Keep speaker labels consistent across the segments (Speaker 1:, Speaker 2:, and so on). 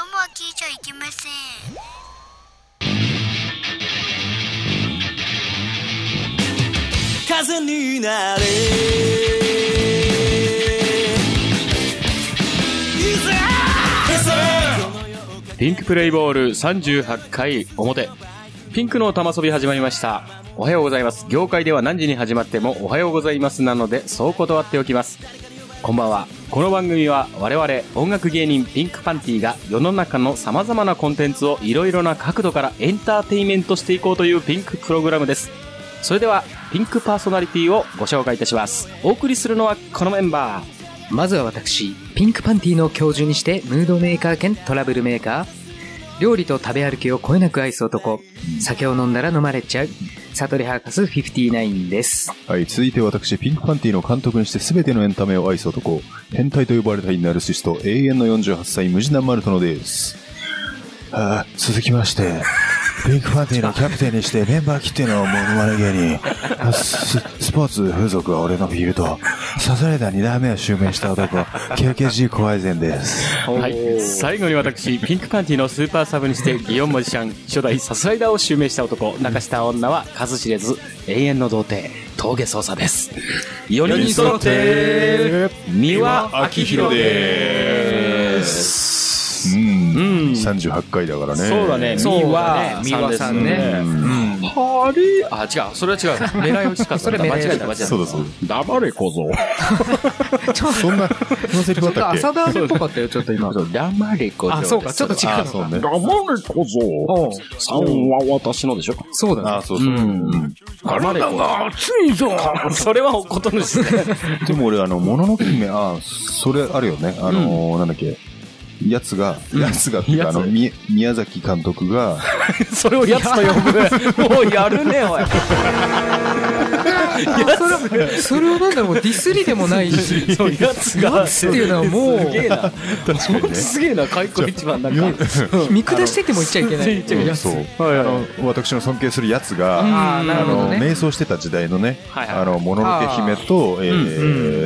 Speaker 1: ゃいけません。
Speaker 2: 風になれ
Speaker 3: ピンクプレイボール38回表。ピンクの玉遊び始まりました。おはようございます。業界では何時に始まってもおはようございますなので、そう断っておきます。こんばんは。この番組は我々音楽芸人ピンクパンティが世の中の様々なコンテンツをいろいろな角度からエンターテインメントしていこうというピンクプログラムです。それでは、ピンクパーソナリティをご紹介いたします。お送りするのはこのメンバー。
Speaker 4: まずは私、ピンクパンティの教授にして、ムードメーカー兼トラブルメーカー。料理と食べ歩きをこえなく愛す男。酒を飲んだら飲まれちゃう。サトリハーカス59です。
Speaker 5: はい、続いて私、ピンクパンティの監督にして全てのエンタメを愛す男、変態と呼ばれたいナルシスト、永遠の48歳、ムジナ・マルトノです。あー続きまして、ピンクパンティのキャプテンにしてメンバー切ってのモノマネ芸人、ススポーツ風俗は俺のフィールド、サザレーダ2代目を襲名した男、KKG 怖いンです。
Speaker 3: はい、最後に私ピンクパンティのスーパーサブにして祇園マジシャン初代サスライダーを襲名した男泣かした女は数知れず永遠の童貞峠捜査です4人揃って三輪明宏です
Speaker 5: うん、
Speaker 3: うん
Speaker 5: 38回だからね。
Speaker 3: そうだね
Speaker 4: そう
Speaker 3: 三
Speaker 4: だね
Speaker 3: 輪さんです
Speaker 4: 三輪さん
Speaker 3: ね
Speaker 5: うん
Speaker 3: あれあ違うそれは違う狙いをした
Speaker 4: それ
Speaker 3: 間違え
Speaker 4: 狙いをした
Speaker 3: た間違えた
Speaker 5: そうだそう
Speaker 3: 黙れ小僧
Speaker 5: そんな、そのセリフだったっけ
Speaker 4: 田アっぽかったよ、ちょっと今。
Speaker 3: 黙れ小僧
Speaker 4: あ、そうか、ちょっと違う
Speaker 5: あー、
Speaker 4: の
Speaker 5: そう
Speaker 4: か。
Speaker 5: ね。
Speaker 3: 黙れ小僧三は私のでしょ
Speaker 4: そうだね
Speaker 5: あー、。そうそう。うん
Speaker 3: 体が熱いぞ それはことぬしね。
Speaker 5: でも俺、あの、もののけ姫、あ、それあるよね。あのーなんだっけ。やつが、やつがっていうか、
Speaker 3: や
Speaker 5: あ
Speaker 3: つ
Speaker 5: の、み宮崎監督が、
Speaker 3: それをやつと呼ぶ。もうやるね、おい。
Speaker 4: それは、それはなんだろう、ディスりでもない し。
Speaker 3: そう、やつが。
Speaker 4: やつっていうのはもう
Speaker 3: すげえな。
Speaker 5: 確かにね。
Speaker 3: すげえな、開口一番なんか。
Speaker 4: 見下してても言っちゃいけない。
Speaker 3: や
Speaker 5: そう。あの、私の尊敬するやつが、
Speaker 4: ああ、な
Speaker 5: あ
Speaker 4: るほど
Speaker 5: の、
Speaker 4: ね。
Speaker 5: 瞑想してた時代のね、
Speaker 3: はいはい
Speaker 5: あの、もののけ姫と、え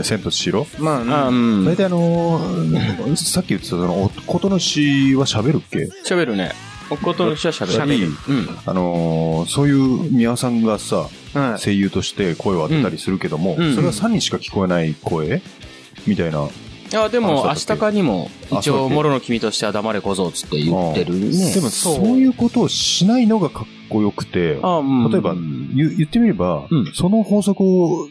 Speaker 5: ー、千と千尋。
Speaker 4: まあ、
Speaker 3: あうん
Speaker 5: 大体あのー、さっき言ってた、その、おことのしは喋るっけ
Speaker 3: 喋るね。おことのしは喋る。
Speaker 5: る。
Speaker 3: うん。
Speaker 5: あのー、そういう宮尾さんがさ、
Speaker 4: はい
Speaker 5: 声優として声を当てたりするけども、
Speaker 3: うん
Speaker 5: それは3人しか聞こえない声みたいな。
Speaker 3: いや、でも、明
Speaker 5: あ
Speaker 3: 日
Speaker 5: そうだっけ
Speaker 3: かにも、
Speaker 5: あ
Speaker 3: 一
Speaker 5: そうだ
Speaker 3: 応、
Speaker 5: っけ
Speaker 3: もろの君としては黙れ小僧つって言ってる
Speaker 5: うん
Speaker 3: ね。
Speaker 5: でも、そういうことをしないのがかっこよくて、
Speaker 3: あ、うん
Speaker 5: 例えば言言ってみれば、
Speaker 3: うん
Speaker 5: その法則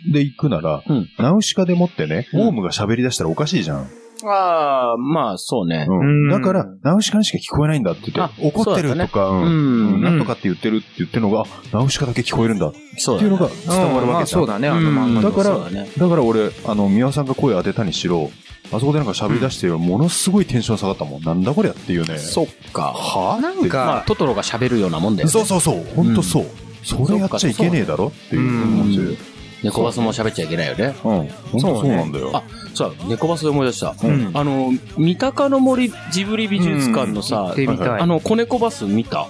Speaker 5: で行くなら、
Speaker 3: うん
Speaker 5: ナウシカでもってね、
Speaker 3: うん
Speaker 5: オウムが喋り出したらおかしいじゃん。
Speaker 3: ああ、まあ、そうね。
Speaker 5: うん
Speaker 4: うん
Speaker 5: だから、ナウシカにしか聞こえないんだって言って、
Speaker 3: あ
Speaker 5: 怒ってるとか、
Speaker 3: う
Speaker 5: うんうん
Speaker 3: ん。
Speaker 5: なんとかって言ってるって言ってるのが、あナウシカだけ聞こえるんだって
Speaker 3: そうだ
Speaker 5: いう
Speaker 3: ね。
Speaker 5: のが伝わるわけじゃん
Speaker 4: そうだね、あの漫画
Speaker 5: だから
Speaker 3: そうね
Speaker 5: だから俺、あの、宮尾さんが声当てたにしろ、あそこでなんか喋り出して、ものすごいテンション下がったもん。なんだこりゃっていうね。
Speaker 3: そっか。
Speaker 5: はぁ
Speaker 4: なんか
Speaker 3: まあ、トトロが喋るようなもんだよね。
Speaker 5: そうそうそう。ほんとそう。それやっちゃいけねえだろっていう感じで。
Speaker 3: 猫バスも喋っちゃいけないよね。
Speaker 5: うん。ほんとそうなんだよ。
Speaker 3: あ、そう、猫バスで思い出した。
Speaker 5: うん
Speaker 3: あの、三鷹の森ジブリ美術館の
Speaker 4: 行
Speaker 3: さ
Speaker 4: っ、てみたい
Speaker 3: あ。の、子猫バス見た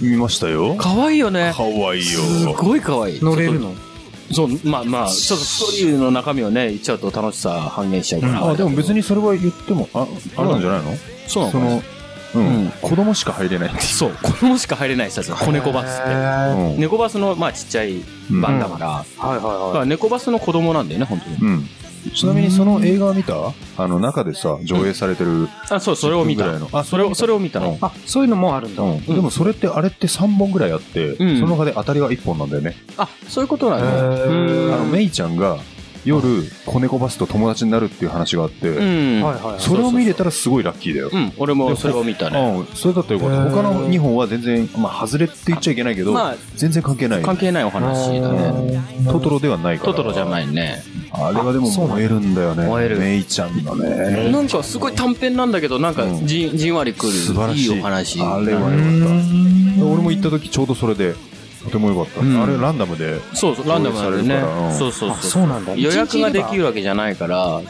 Speaker 5: 見ましたよ。
Speaker 3: 可愛いよね。
Speaker 5: かわいいよ。
Speaker 3: すごい可愛い。
Speaker 4: 乗れるの
Speaker 3: そう、まあまあ、ちょっとストーリーの中身をね、言っちゃうと楽しさ半減しちゃうから。
Speaker 5: あ、でも別
Speaker 3: に。
Speaker 5: にそれは言っても、あ、あれなんじゃないの
Speaker 3: そうな
Speaker 5: そ
Speaker 3: の
Speaker 5: の、う
Speaker 3: うん
Speaker 5: ん。子供しか入れない。
Speaker 3: そう、子供しか入れない人たちの子猫バスって。
Speaker 5: うん
Speaker 3: 猫バスの、まあちっちゃい版だから、
Speaker 4: はいはいはい
Speaker 3: だから猫バスの子供なんだよね、本当に。
Speaker 5: うん。ちなみにその映画を見たあの中でさ、上映されてる
Speaker 3: あ、そう、それを見
Speaker 5: 10分ぐら
Speaker 3: た。
Speaker 5: いの。あ、
Speaker 3: それを、それを見たの。
Speaker 4: あ、そういうのもあるんだ。
Speaker 5: うん、でもそれってあれって3本ぐらいあって、
Speaker 3: うん
Speaker 5: その中で当たりは1本なんだよね、
Speaker 3: あ、そういうことなの
Speaker 4: へー
Speaker 5: あのメイちゃんが夜子猫バスと友達になるっていう話があって、
Speaker 3: うん。
Speaker 4: はいはいはい。
Speaker 5: それを見れたらすごいラッキーだよ、
Speaker 3: うん、俺もそれを見たね。
Speaker 5: うん、それだったらよかった他の2本は全然、まあ、外れって言っちゃいけないけど、
Speaker 3: まあ
Speaker 5: 全然関係ない
Speaker 3: 関係ないお話だね。
Speaker 5: トトロではないから
Speaker 3: トトロじゃないいね。
Speaker 5: あれはでも燃えるんだよね
Speaker 3: 燃える
Speaker 5: メイちゃんのね
Speaker 3: なんかすごい短編なんだけど、なんか
Speaker 5: うん
Speaker 3: じ,、ん、じんわりくる。
Speaker 5: 素晴らしい
Speaker 3: いお話。
Speaker 5: あれはよかった俺も行った時ちょうどそれでとてもよかった、
Speaker 3: うん
Speaker 5: あれランダムで
Speaker 3: そうそう、ランダムなんで
Speaker 5: 上映されるからう
Speaker 3: ね。
Speaker 5: ん
Speaker 3: そうそう
Speaker 4: あ、
Speaker 3: そ。
Speaker 4: そううなんだ。
Speaker 3: 予約ができ
Speaker 4: る。
Speaker 3: るわけじゃないから、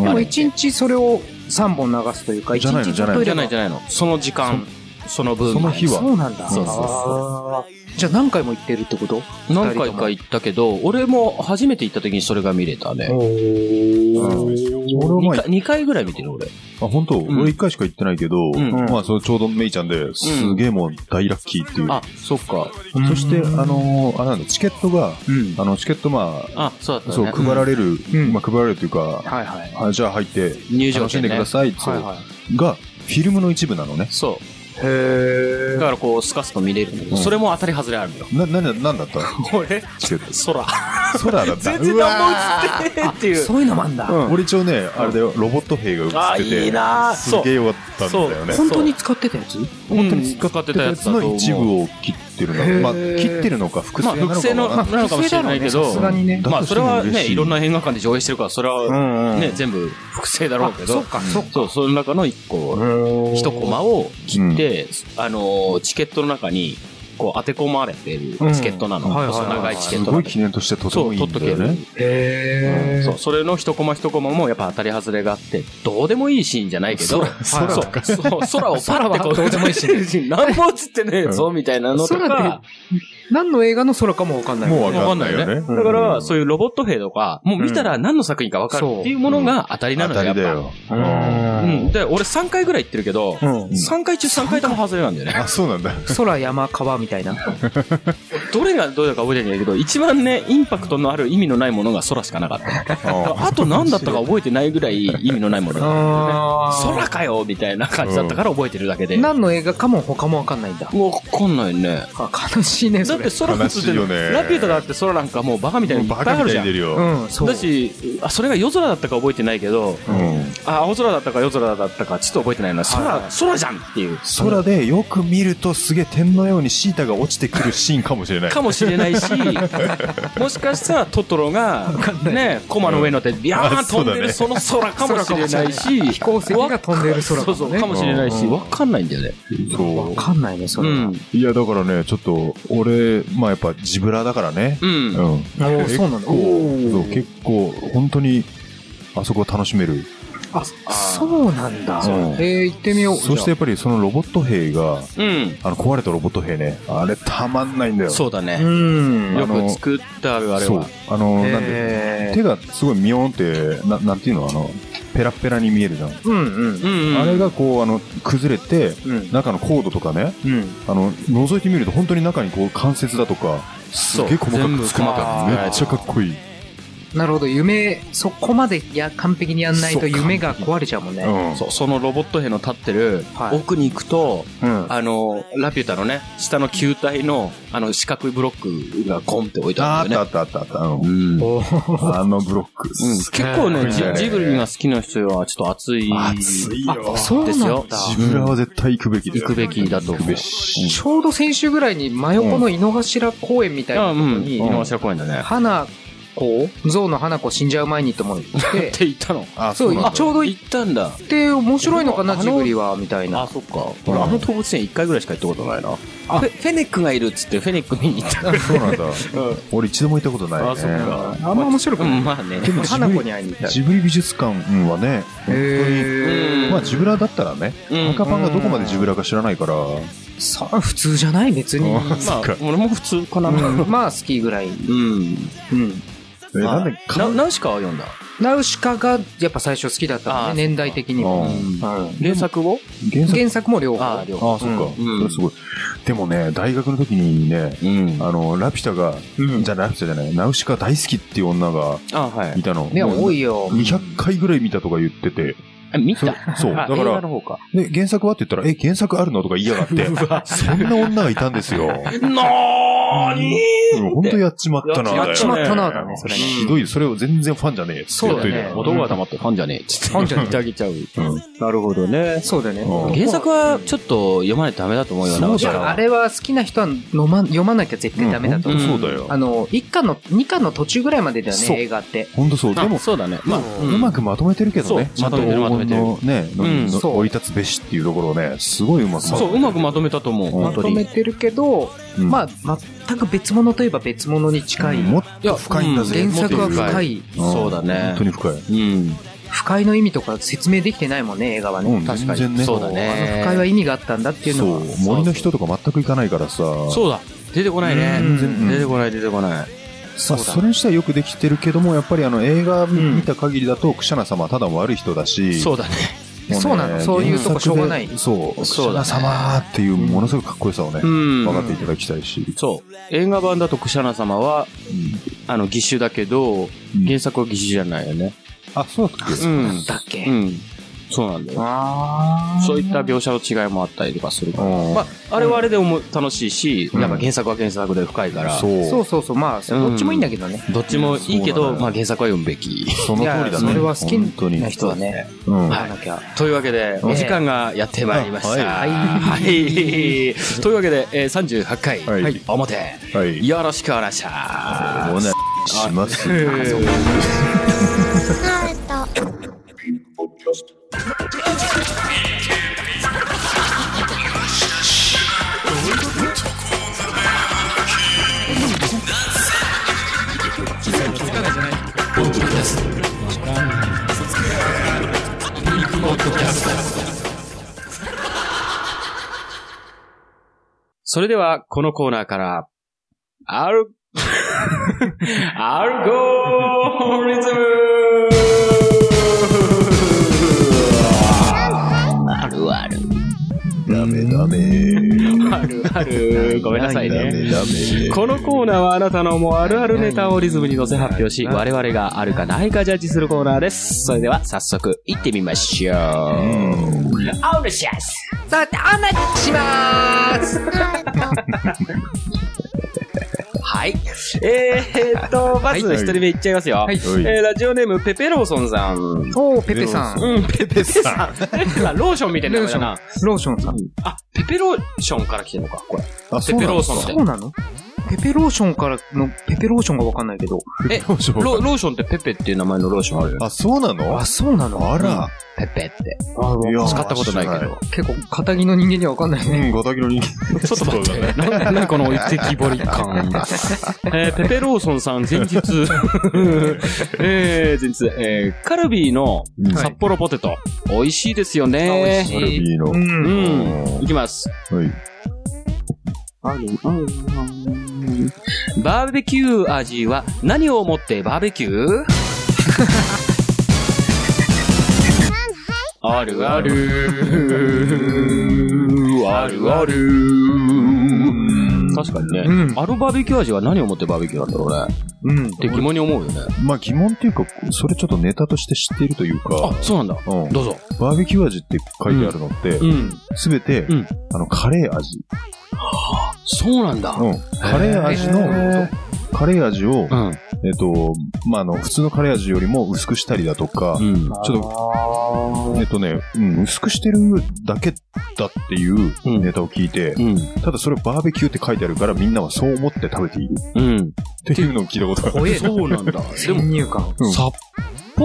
Speaker 4: でも一日それを3本流すというか、一
Speaker 5: じゃないの
Speaker 4: 日
Speaker 5: じゃない
Speaker 4: ト
Speaker 5: の
Speaker 4: イ
Speaker 3: じ
Speaker 4: レ
Speaker 3: ゃな
Speaker 4: が
Speaker 3: いじゃないの。その時間。その分
Speaker 5: その日は
Speaker 4: そうなんだ。
Speaker 3: そうそうそう
Speaker 4: あーじゃあ何回も行ってるってこと
Speaker 3: 何回か行ったけど俺も初めて行った時にそれが見れたね
Speaker 4: お
Speaker 5: 俺はまあ
Speaker 3: 2回二回ぐらい見てる俺
Speaker 5: あ、本当、
Speaker 3: ん
Speaker 5: 俺一回しか行ってないけど、
Speaker 3: ん
Speaker 5: まあ、そのちょうどメイちゃんで、すげえもう大ラッキーっていう。
Speaker 3: あそっか
Speaker 5: そして、あのーあ、なんだ、チケットが、
Speaker 4: うん。
Speaker 5: あの、チケットまあ、
Speaker 3: あそうだった
Speaker 5: そう、
Speaker 3: ね
Speaker 5: 配られる、
Speaker 4: うん
Speaker 5: まあ、配られるというか、
Speaker 4: はいはい。
Speaker 5: あじゃあ入って、
Speaker 3: 入場
Speaker 5: 楽し
Speaker 3: 券
Speaker 5: ん
Speaker 3: ね
Speaker 5: でください、そう、が、フィルムの一部なのね。
Speaker 3: そ
Speaker 4: へ
Speaker 3: う
Speaker 4: ー
Speaker 3: だからこうスカスと見れるんだけど
Speaker 5: うん
Speaker 3: それも当たり外れあるよ
Speaker 5: な、な、なな んだった
Speaker 3: 俺
Speaker 5: チケット。
Speaker 3: 空
Speaker 5: 空だった。
Speaker 3: 全然
Speaker 5: うわ
Speaker 3: 何も映ってねえっていう
Speaker 4: そういうのもあんだ。
Speaker 3: うん
Speaker 5: 俺一応ね、あれだよ、ロボット兵が
Speaker 3: あ
Speaker 5: 映ってて、
Speaker 3: いいなあ
Speaker 5: すげえよかったんだよね。
Speaker 3: そう
Speaker 4: 本当に使ってたやつ
Speaker 3: 本当に使ってたやつだと思う
Speaker 5: 鉄の一部を切って
Speaker 4: へ
Speaker 5: る
Speaker 4: ー
Speaker 5: の。まあ、切ってるのか、複製
Speaker 3: まあ
Speaker 5: なのか
Speaker 3: 複製の
Speaker 5: わかんない
Speaker 3: なのかもしれないけど
Speaker 4: さすがにね。
Speaker 5: だ
Speaker 3: まあ
Speaker 5: とし
Speaker 3: それ
Speaker 5: ても
Speaker 3: は
Speaker 5: 嬉
Speaker 3: ね
Speaker 5: しい
Speaker 3: いろんな映画館で上映してるからそれ
Speaker 5: う
Speaker 3: は
Speaker 5: んうん
Speaker 3: ね全部複製だろうけど
Speaker 4: あそっか、そっか。
Speaker 3: そうその中の1個一コマを切って、あのーチケットの中にこう当て込まれてるチケットなの、
Speaker 5: うん
Speaker 4: はいはいはい
Speaker 3: 細長いチケ
Speaker 5: す
Speaker 3: ット
Speaker 5: ご
Speaker 3: ないんだけ
Speaker 5: 記念としてと
Speaker 3: ど
Speaker 5: て
Speaker 3: そ
Speaker 5: も
Speaker 3: う
Speaker 5: いい
Speaker 3: 取
Speaker 5: ん
Speaker 3: っと
Speaker 5: だ
Speaker 3: け
Speaker 5: よ
Speaker 3: る、
Speaker 5: ね。
Speaker 4: へー
Speaker 3: そうそれの一コマ一コマもやっぱ当たり外れがあってどうでもいいシーンじゃないけど
Speaker 5: 空
Speaker 3: そうそう空をパラパラ
Speaker 4: 空はどうでもいいシ
Speaker 3: ーン 何も映ってねえぞみたいなのと
Speaker 4: 空
Speaker 3: か
Speaker 4: っ。何の映画の空かもわかんない。
Speaker 5: もうわ
Speaker 3: わ
Speaker 5: か
Speaker 3: か
Speaker 5: ん
Speaker 3: ん
Speaker 5: な
Speaker 3: ないい
Speaker 5: よ
Speaker 3: よ
Speaker 5: ね
Speaker 3: ね。。だから、
Speaker 5: う
Speaker 3: そういうロボット兵とか、もう見たら何の作品かわかるっていうものが当たりなの
Speaker 5: 当
Speaker 3: よ、
Speaker 5: た
Speaker 3: や
Speaker 5: り
Speaker 3: っ
Speaker 5: だ
Speaker 3: ぱ。
Speaker 5: よ。
Speaker 4: う
Speaker 3: うんん。で、俺3回ぐらい行ってるけど、
Speaker 4: うん
Speaker 3: 3回中3回とも外れなんだよね。
Speaker 5: あ、そうな んだ。
Speaker 4: 空、山、川みたいな。
Speaker 3: どれがどれだか覚えてないけど、一番ね、インパクトのある意味のないものが空しかなかった。あと何だったか覚えてないぐらい意味のないものが。空かよみたいな感じだったから覚えてるだけで。
Speaker 4: 何の映画かも他もわかんないんだ。
Speaker 3: もうわかんないね。
Speaker 4: あ悲しいね、
Speaker 3: だ
Speaker 4: そ
Speaker 3: って。
Speaker 4: れ
Speaker 3: 空
Speaker 5: 悲
Speaker 3: 普
Speaker 5: し
Speaker 3: 通
Speaker 5: いよね
Speaker 3: で、ラピュタだって空なんかもうバカみたいにいっ
Speaker 5: バ
Speaker 3: ぱい
Speaker 5: カ
Speaker 3: あ
Speaker 5: み
Speaker 3: る
Speaker 5: た
Speaker 3: じ
Speaker 5: い
Speaker 3: ゃん。
Speaker 5: に出るよ。
Speaker 4: うん、そう。
Speaker 3: だし、あ、それが夜空だったか覚えてないけど、
Speaker 5: うん
Speaker 3: あ、青空だったか夜空だったかちょっと覚えてないな。
Speaker 4: はい
Speaker 3: 空
Speaker 4: はい、
Speaker 3: 空じゃんっていう。
Speaker 5: 空でよく見るとすげえ点のようにシータが落ちてくるシーンかもしれない。
Speaker 3: かもしれないし、もしかしたらトトロが、ね、コマの上に乗って、ビャーン飛んで
Speaker 5: うん
Speaker 3: るその空かもしれないし、
Speaker 4: 飛行石が飛んでる空
Speaker 3: そうそう、かもしれないし、わかんないんだよね。
Speaker 5: そ
Speaker 4: わかんないね、そうれは。
Speaker 3: ん。
Speaker 5: う。いや、だからね、ちょっと、俺、まあやっぱ自ブラだからね。
Speaker 3: う。
Speaker 5: うんん。
Speaker 4: ーそうなんだ
Speaker 5: 結構
Speaker 4: おー
Speaker 5: そう結構、本当に、あそこ楽しめる。
Speaker 4: あ、そうなんだ。
Speaker 5: うん
Speaker 4: えー、行ってみよう。
Speaker 5: そしてやっぱりそのロボット兵が、
Speaker 3: うん。
Speaker 5: あの、壊れたロボット兵ね。あれたまんないんだよ。
Speaker 3: そうだ
Speaker 4: じゃあ、う
Speaker 3: ね。
Speaker 4: ん。
Speaker 3: よく作ってある、あれ
Speaker 5: そう
Speaker 3: は。。
Speaker 5: あの、なんで、
Speaker 4: え
Speaker 5: 手がすごいミヨーンって、ななんていうのあの、ペラペラに見えるじゃん。
Speaker 4: ー、うんうん。
Speaker 3: うんうん。
Speaker 5: あれがこう、あの、崩れて、
Speaker 4: うん。
Speaker 5: 中のコードとかね、
Speaker 4: うん。
Speaker 5: あの、覗いてみると本当に中にこう関節だとか、すげえ細か
Speaker 3: 全
Speaker 5: く
Speaker 3: 部
Speaker 5: 作られた
Speaker 4: 細かく
Speaker 5: めっちゃかっこいい。
Speaker 4: なるほど、夢、そこまでや完璧にやんない
Speaker 5: そ
Speaker 4: と
Speaker 5: う
Speaker 4: 夢が壊れちゃうもんね。
Speaker 5: うん。
Speaker 3: そうそのロボット兵の立ってる
Speaker 4: はい
Speaker 3: 奥に行くと、
Speaker 4: うん。
Speaker 3: あの、ラピュタのね、下の球体の、あの、四角いブロックがゴンって置いて
Speaker 5: あ
Speaker 3: あ
Speaker 5: あ
Speaker 3: る
Speaker 5: っ
Speaker 3: んだ
Speaker 5: た
Speaker 3: よ
Speaker 5: あ
Speaker 3: ね。
Speaker 5: ったあったあった。うん
Speaker 3: うん。
Speaker 4: おー
Speaker 5: あのブロック。
Speaker 3: うん結構ね、ジ
Speaker 5: かっこいい
Speaker 3: ジ
Speaker 5: ね
Speaker 3: ブリが好きな人はちょっと熱い。
Speaker 5: 熱いよ
Speaker 4: あ、。そうなん
Speaker 3: です
Speaker 4: だ
Speaker 3: よ。
Speaker 5: 自分らは絶対行くべきだよ
Speaker 3: 行くべきだと
Speaker 5: 行
Speaker 3: 思う
Speaker 5: くべし。
Speaker 4: ちょうど先週ぐらいに真横の井の頭公園みたい
Speaker 3: あ
Speaker 4: なと
Speaker 3: う
Speaker 4: ころ
Speaker 3: ん。
Speaker 4: に、
Speaker 3: 井の頭公園だね。
Speaker 4: 花子象の花子死んじゃう前にと思 って
Speaker 3: っ、て言ったの。
Speaker 5: あ、
Speaker 4: そう、
Speaker 5: なんだ
Speaker 4: ちょうど行
Speaker 3: 行ったんだ。
Speaker 4: って面白いのかな、
Speaker 3: あの
Speaker 4: ジブリは、みたいな。
Speaker 3: あ、そっか。
Speaker 5: うん
Speaker 3: 俺、あの動物園一回ぐらいしか行ったことないな。
Speaker 4: あ
Speaker 3: フェフェネックがいるっつって、フェネック見に行った。
Speaker 5: そうなんだ。俺一度も行ったことないね。
Speaker 3: あそっか
Speaker 4: あんま面白く
Speaker 3: う
Speaker 4: ない。
Speaker 3: ん、まあね。
Speaker 5: でもジブ
Speaker 4: 花
Speaker 5: リ
Speaker 4: 子に会いに行った。
Speaker 5: ジブリ美術館うんはね、
Speaker 4: へ
Speaker 3: うん
Speaker 5: まあジブラだったらね、
Speaker 3: うん
Speaker 5: 赤パンがどこまでジブラか知らないから、
Speaker 4: ー。さあ、普通じゃない別に。
Speaker 5: あ
Speaker 3: まあ、俺も普通かな。
Speaker 4: うんまあ、好きぐらい。
Speaker 3: うん。
Speaker 4: うん。
Speaker 5: え、
Speaker 3: まあ
Speaker 5: なんで
Speaker 3: な、ナウシカは読んだ。
Speaker 4: ナウシカがやっぱ最初好きだった
Speaker 3: あ
Speaker 4: の
Speaker 3: ー
Speaker 4: ね、年代的に
Speaker 5: う
Speaker 4: も。
Speaker 5: ん
Speaker 4: うん
Speaker 3: 原作を
Speaker 5: 原作
Speaker 4: 原作も両方。
Speaker 3: あー両
Speaker 5: ああ、そっか。
Speaker 3: うん
Speaker 5: それすごい。でもね、大学の時にね、
Speaker 3: うん
Speaker 5: あの、ラピュタが、
Speaker 4: うん
Speaker 5: じゃあラピュタじゃない、ナウシカ大好きっていう女が
Speaker 3: あ、はい
Speaker 5: い。たの。
Speaker 4: ね、
Speaker 5: もう
Speaker 4: 多いよ。
Speaker 5: 200回ぐらい見たとか言ってて。
Speaker 3: あ見た。
Speaker 5: そう。だ
Speaker 3: あ
Speaker 5: か
Speaker 3: 映画
Speaker 5: ら
Speaker 3: の、方か。
Speaker 5: で、原作はって言ったら、え、原作あるのとか言いやが って。そんな女がいたんですよ。
Speaker 3: なーに
Speaker 5: うんほんとやっちまったな。
Speaker 3: やっちまった
Speaker 4: なだねそれね
Speaker 5: ひどい、それを全然ファンじゃねえ。
Speaker 4: そうだね
Speaker 5: やっといて
Speaker 3: 男が黙ってファンじゃねえっつって。
Speaker 4: ファンじゃね
Speaker 3: 言
Speaker 4: え
Speaker 3: ってあげちゃう。
Speaker 5: うん
Speaker 3: なるほどね。
Speaker 4: そうだよね。
Speaker 5: うん
Speaker 3: 原作はちょっと読まないとダメだと思うよな。
Speaker 5: そう
Speaker 4: い
Speaker 5: だよ
Speaker 4: やあれは好きな人は飲ま読まなきゃ絶対ダメだと
Speaker 5: うん
Speaker 4: 思う。
Speaker 5: ほんとそうだよ。
Speaker 4: あの、1巻の、2巻の途中ぐらいまでだよ
Speaker 5: そう
Speaker 4: ね、映画って。
Speaker 5: ほんとそう。で
Speaker 3: でも
Speaker 5: も、
Speaker 3: そうだね。ま
Speaker 5: ま
Speaker 3: あ
Speaker 5: あ、、うま
Speaker 3: く。
Speaker 5: くまとめてるけどね。
Speaker 3: そう
Speaker 5: ちゃんと
Speaker 3: まとめてるまと
Speaker 5: 黄
Speaker 3: め
Speaker 5: 金
Speaker 3: てる
Speaker 5: のね、
Speaker 3: うん
Speaker 5: の
Speaker 4: そう
Speaker 5: 降り立つべしっていうところをね、すごいうまくまと
Speaker 3: そう、う
Speaker 5: めてる
Speaker 3: まくまとめたと思う。
Speaker 5: う
Speaker 4: ま
Speaker 5: ん
Speaker 3: 本当
Speaker 4: とめ
Speaker 3: に。
Speaker 4: てるけど、
Speaker 5: うん
Speaker 4: まあ、全く別物といえば別物に近い。
Speaker 5: もっと深いんだぜ。
Speaker 4: 原作は
Speaker 5: もっと
Speaker 4: 深い。
Speaker 5: うん
Speaker 3: そうだね
Speaker 5: 本当に深い。
Speaker 3: うん。
Speaker 4: 不快の意味とか説明できてないもんね、映画はね。
Speaker 5: うん、
Speaker 3: 確
Speaker 5: 全
Speaker 3: かに
Speaker 5: 然ね。
Speaker 3: そうだね
Speaker 4: あの不快は意味があったんだっていうの
Speaker 5: そ
Speaker 4: は
Speaker 5: う、森の人とか全く行かないからさ。
Speaker 3: そうだ出てこないね
Speaker 4: うん
Speaker 5: 全然
Speaker 3: 出てこない出てこない
Speaker 5: まあ、
Speaker 3: そうだ
Speaker 5: それにしてはよくできてるけども、やっぱりあの映画見
Speaker 4: うん
Speaker 5: 見た限りだと、クシャナ様はただの悪い人だし、
Speaker 3: そうだね
Speaker 5: もね
Speaker 4: そうなのそういうとこしょうがない
Speaker 5: 原作でそう、クシ
Speaker 3: そ
Speaker 5: ャ
Speaker 3: うだ
Speaker 5: ナ
Speaker 3: ね
Speaker 5: 様っていうものすごいかっこよさをね、
Speaker 3: うん
Speaker 5: 分かっていただきたいし、
Speaker 3: そう映画版だとクシャナ様はあの義手だけど
Speaker 5: うん
Speaker 3: 原作は義手じゃないよね
Speaker 5: あ、そうだったっけ、
Speaker 3: うん
Speaker 4: だっけ、
Speaker 3: うんそうなんだよ
Speaker 4: あー
Speaker 3: そういった描写の違いもあったりとかするから
Speaker 5: うん
Speaker 3: まあ、あれはあれでも楽しいし、
Speaker 5: うん
Speaker 3: やっぱ原作は原作で深いから、
Speaker 5: そう
Speaker 4: そうそうそう、まあ、どっちもいいんだけどね。
Speaker 3: どっちもいいけど、
Speaker 5: うんそうなのよ
Speaker 3: まあ原作は読むべき。
Speaker 5: その通りだね。
Speaker 4: いやそれは好き
Speaker 5: 本当に
Speaker 4: な人はね、
Speaker 5: うん
Speaker 4: 買わなきゃ。
Speaker 3: というわけで、
Speaker 4: ん
Speaker 3: お時間がやってまいりました。
Speaker 5: はい
Speaker 3: はい。 というわけで、えー38回、
Speaker 5: はい
Speaker 3: はい表、
Speaker 5: はい。
Speaker 3: よろしくお願いします。
Speaker 5: お願いします。
Speaker 3: それでは、このコーナーから、アル、アルゴリズムあるある。
Speaker 5: ダメダメ。
Speaker 3: あるある。ごめんなさい
Speaker 5: ダ
Speaker 3: ね。
Speaker 5: メダメ。
Speaker 3: このコーナーはあなたのもうあるあるネタをリズムに乗せ発表し、我々があるかないかジャッジするコーナーです。それでは早速行ってみましょう。オルシャス
Speaker 4: さて、あんなにしまーす
Speaker 3: はい。えーっと、まず一人目いっちゃいますよ。
Speaker 4: い
Speaker 3: えーラジオネームペペローソンさん。うん、
Speaker 4: おー、ペペさん。
Speaker 3: ペペ さん。ペペさん、ローションみたいな
Speaker 4: ロ
Speaker 3: 名前
Speaker 4: ーシ
Speaker 3: だ
Speaker 4: ョン
Speaker 3: な。。
Speaker 4: ローションさん。
Speaker 3: あ、ペペローションから来てるのか、これ。
Speaker 5: あ、
Speaker 3: ペペローソンって
Speaker 4: そ。うなのペペローションからの、ペペローションがわかんないけど。
Speaker 3: え、ロローションってペペっていう名前のローションあるよね。
Speaker 5: あ、そうなの
Speaker 4: あ、そうなの
Speaker 5: あら。
Speaker 3: ペペって。
Speaker 5: いや
Speaker 3: 使ったことないけど。
Speaker 4: 結構、片木の人間にはわかんないね。
Speaker 5: うん、ごたきの人間。ちょっと待って。
Speaker 3: ななにこの一滴ぼり感。えーペペローソンさん前 日、えー前日、えーカルビーの
Speaker 5: うん
Speaker 3: 札幌ポテト、美味しいですよ
Speaker 4: あ美味し
Speaker 3: ね。
Speaker 5: カルビーの。
Speaker 4: う。
Speaker 5: は
Speaker 3: うんん。いきます。
Speaker 5: い。
Speaker 3: バーベキュー味は何をもってバーベキ ューあるある。あるある。確かにね、
Speaker 4: うん
Speaker 3: あのバーベキュー味は何をもってバーベキューなんだろうね。
Speaker 4: うん。
Speaker 3: って疑問に思うよね。
Speaker 5: まあ疑問っていうか、それちょっとネタとして知っているというか、
Speaker 3: あ、そうなんだ。
Speaker 5: うん、
Speaker 3: どうぞ。
Speaker 5: バーベキュー味って書いてあるのって、
Speaker 3: ん。
Speaker 5: すべて、
Speaker 3: うん
Speaker 5: あの、カレー味。
Speaker 3: そうなんだ。
Speaker 5: うん。カレー味の、カレー味を、
Speaker 3: ん。
Speaker 5: えっと、まあ、あの、普通のカレー味よりも薄くしたりだとか、
Speaker 3: うん。
Speaker 5: ちょっと、えっとね、うん、薄くしてるだけだっていう
Speaker 3: うん
Speaker 5: ネタを聞いて、
Speaker 3: うん。
Speaker 5: ただそれバーベキューって書いてあるからみんなはそう思って食べている
Speaker 3: うん。
Speaker 5: っていうのを聞いたことがある。
Speaker 4: 怖えな。
Speaker 3: そうなんだ。で
Speaker 4: 先
Speaker 3: も、
Speaker 4: 入観。
Speaker 5: うん
Speaker 3: 札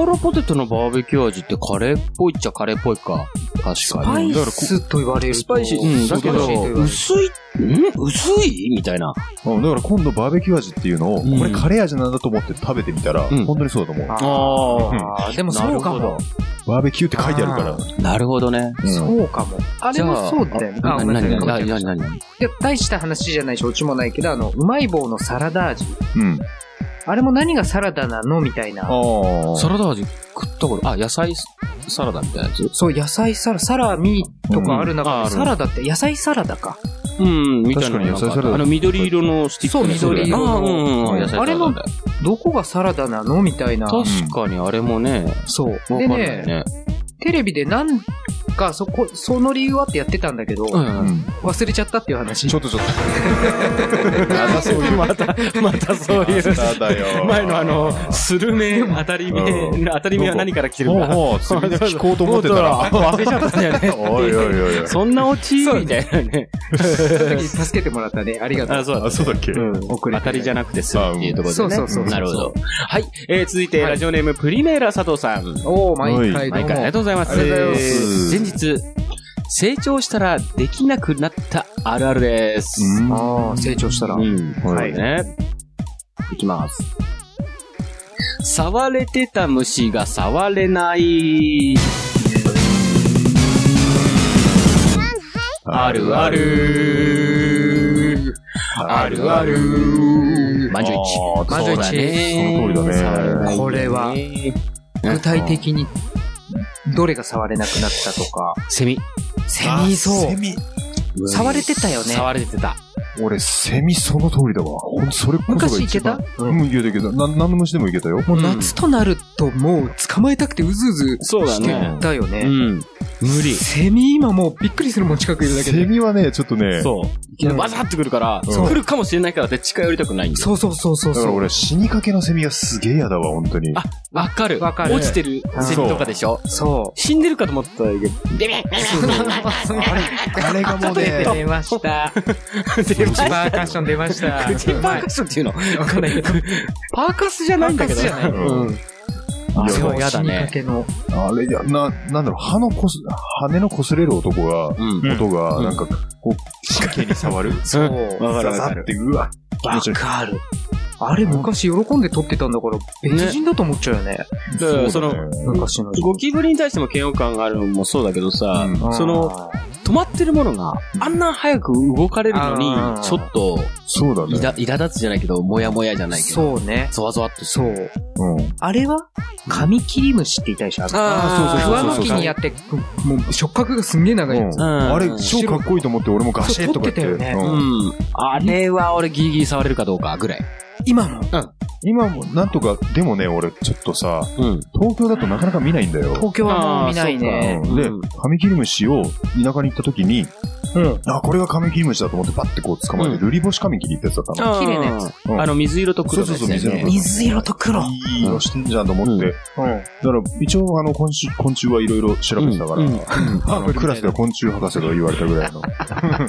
Speaker 3: 幌ポテトのバーベキュー味ってカレーっぽいっちゃカレーっぽいか。確
Speaker 4: ス
Speaker 3: か
Speaker 4: パ
Speaker 3: に。
Speaker 4: イスと言われると。
Speaker 3: スパイシー。うん。だけ
Speaker 4: スパイシーと言わ
Speaker 3: ど、
Speaker 4: れる
Speaker 3: 薄い、ん薄いみたいな。
Speaker 5: うん、だから今度バーベキュー味っていうのを、
Speaker 3: うん
Speaker 5: これカレー味なんだと思って食べてみたら、
Speaker 3: うん
Speaker 5: 本当にそうだと思う。
Speaker 4: ああ、でもそうか
Speaker 3: なる
Speaker 4: も
Speaker 3: ほ。
Speaker 5: バーベキューって書いてあるから。
Speaker 3: なるほどね。
Speaker 5: うん
Speaker 4: そうかも。あれもそうだよね。
Speaker 3: あ、
Speaker 4: あ、
Speaker 3: 何
Speaker 4: ごめんな
Speaker 3: 何
Speaker 4: さい
Speaker 3: 何何何
Speaker 4: いや大した話じゃないし、オチもないけど、あの、うまい棒のサラダ味。
Speaker 5: うん。
Speaker 4: あれも何がサラダなのみたいな。
Speaker 5: ああ。
Speaker 3: サラダ味食ったこと、あ、野菜サラダみたいなやつ
Speaker 4: そう、野菜サラ、サラミとかある
Speaker 3: うんあ
Speaker 4: 中
Speaker 3: あ
Speaker 4: で、
Speaker 3: る
Speaker 4: サラダって、野菜サラダか。
Speaker 3: うん、みたいなのなん
Speaker 5: 確かに野菜サラダ
Speaker 3: あの、緑色のスティックのやつ
Speaker 5: そう緑
Speaker 4: 色の
Speaker 3: あーうんうんうん、野菜サラダだよ
Speaker 4: あれのどこがサラダなのみたいな。
Speaker 3: 確かにあれもね、
Speaker 4: そう。
Speaker 3: わか
Speaker 4: で
Speaker 3: んない
Speaker 4: ね、
Speaker 3: ね。
Speaker 4: テレビでなんか、そこ、その理由はってやってたんだけど、
Speaker 3: うん
Speaker 5: うん。
Speaker 4: 忘れちゃったっていう話。
Speaker 5: ちょっとちょっ と。またそういう。
Speaker 3: また、またそういう。
Speaker 5: だよ
Speaker 3: 前のあの、スルメ、当たり目、
Speaker 5: うん
Speaker 3: 当たり目は何から来てる
Speaker 5: ほ
Speaker 3: ん
Speaker 5: う
Speaker 3: だ
Speaker 5: ほう、次で聞こうと思ってたら。
Speaker 3: 忘れちゃったんだよね。
Speaker 5: おいおいおいおい。
Speaker 3: そんなオチ
Speaker 4: そう
Speaker 3: みたいなね。
Speaker 4: その時助けてもらったね。ありがとう。
Speaker 3: あ、そうだ
Speaker 5: あ、。そうだっけ
Speaker 3: うん
Speaker 4: 遅れて
Speaker 3: 当たりじゃなくてするっていうところでね。
Speaker 4: あうんそうそうそうそう
Speaker 3: なるほど。はい。えー続いて、ラジオネーム、プリメーラ佐藤さん。
Speaker 4: おー、毎
Speaker 3: 毎
Speaker 4: 回どうも。
Speaker 3: 回ありがとうございます。
Speaker 5: ありがとうございま
Speaker 3: え
Speaker 5: す
Speaker 3: ー前日、成長したらできなくなったあるあるです。
Speaker 5: うん
Speaker 4: ああ、成長したら。
Speaker 3: うん。
Speaker 5: は
Speaker 3: はいいね。いきます。触れてた虫が触れない。あるある。あるある。
Speaker 5: 満場一致
Speaker 3: あーそうだね
Speaker 5: その通りだね
Speaker 3: 触れないよ
Speaker 4: これは具体的に、どれが触れなくなったとか。
Speaker 3: セミ。
Speaker 4: セミそう。触れてたよね。
Speaker 3: 触れてた。
Speaker 5: 俺、セミその通りだわ。ほんとそれこそが
Speaker 4: 昔い
Speaker 5: 一
Speaker 4: けた
Speaker 5: 番。うん、いけたいけた。な、何の虫でもいけたよ。
Speaker 4: もう夏となるともう捕まえたくてうずうず
Speaker 3: そうだ
Speaker 4: し
Speaker 3: ね
Speaker 4: てたよね。
Speaker 3: うん。無理。
Speaker 4: セミ今もうびっくりするもん近くいるだけ
Speaker 5: セ
Speaker 4: で。
Speaker 5: ミはね、ちょっとね、
Speaker 3: そう。わざってくるから、
Speaker 5: そう
Speaker 3: 来るかもしれないからって近寄りたくないんだよ。
Speaker 4: そうそうそうそう
Speaker 5: だから
Speaker 4: そう。
Speaker 5: 俺、死にかけのセミがすげえ嫌だわ、本当に。
Speaker 3: あわかる。
Speaker 4: わかる
Speaker 3: 落ちてるセミとかでしょ
Speaker 4: そ
Speaker 3: 死んでるかと思ったら、ビビッ
Speaker 4: う。 あれ、
Speaker 5: あれがもうね、
Speaker 4: 出 ました。
Speaker 3: 出ました
Speaker 4: パーカッション出ました。
Speaker 3: 口パーカッションっていうのこれ、パーカスじゃないんだけど。
Speaker 4: パーカスじゃない
Speaker 3: うん。
Speaker 5: あ
Speaker 3: れは
Speaker 4: そう
Speaker 3: 嫌だね
Speaker 4: 死にかけの。
Speaker 5: あれ、いやな、なんだろう、歯のこす、羽の擦れる男が、
Speaker 3: うん
Speaker 5: 音
Speaker 3: う
Speaker 5: が、
Speaker 3: ん
Speaker 5: なんか、こう、神経に触 る
Speaker 4: そうう。
Speaker 3: わかる
Speaker 5: ザ
Speaker 3: わか
Speaker 5: ザっ
Speaker 3: る。
Speaker 5: て、うわ、
Speaker 4: わかる。あれ昔喜んで撮ってたんだから、別人だと思っちゃうよね。
Speaker 3: だからその
Speaker 5: うだね
Speaker 4: 昔の人。
Speaker 3: ゴキブリに対しても嫌悪感があるのもそうだけどさ、
Speaker 5: うん
Speaker 3: その、止まってるものがあんな早く動かれるの
Speaker 4: あ
Speaker 3: に、
Speaker 4: ー
Speaker 3: ちょっと、
Speaker 5: そうだ
Speaker 3: い
Speaker 5: ね。
Speaker 3: ら、苛立つじゃないけど、もやもやじゃないけど、
Speaker 4: そうね。
Speaker 3: ゾワゾワっとす
Speaker 4: そう。
Speaker 5: うん。
Speaker 4: あれはカミキリムシって言いたでしょ
Speaker 3: あー
Speaker 4: 桑の木にやって、もう触覚がすんげえ長いやつ。
Speaker 5: うんあれ、超かっこいいと思って、俺もガシッとかやって。
Speaker 4: そう撮ってたよね
Speaker 3: る。
Speaker 5: うん
Speaker 3: うん。あれは俺ギリギリ触れるかどうかぐらい。
Speaker 4: 今も。
Speaker 5: 今も、なんとか、でもね、俺、ちょっとさ、
Speaker 3: うん。
Speaker 5: 東京だとなかなか見ないんだよ。
Speaker 4: 東京はもう見ないね。
Speaker 5: うんで
Speaker 3: うん、
Speaker 5: カミキリムシを田舎に行った時に、
Speaker 4: うん。
Speaker 5: あ、これがカミキリムシだと思ってパッてこう捕まえて、
Speaker 3: うん
Speaker 5: ルリボシカミキリってやつだった
Speaker 3: あ
Speaker 5: の。
Speaker 3: ー
Speaker 4: 綺麗なやつ
Speaker 5: うん
Speaker 3: あの、水色と黒のやつだよね。
Speaker 5: そうそうそう水色と黒
Speaker 4: 水色と黒。
Speaker 5: いい色してんじゃんと思って。だから、一応、あの、昆虫、昆虫はいろいろ調べてたから、
Speaker 3: うんうん
Speaker 5: あの、クラスでは昆虫博士と言われたぐらいの。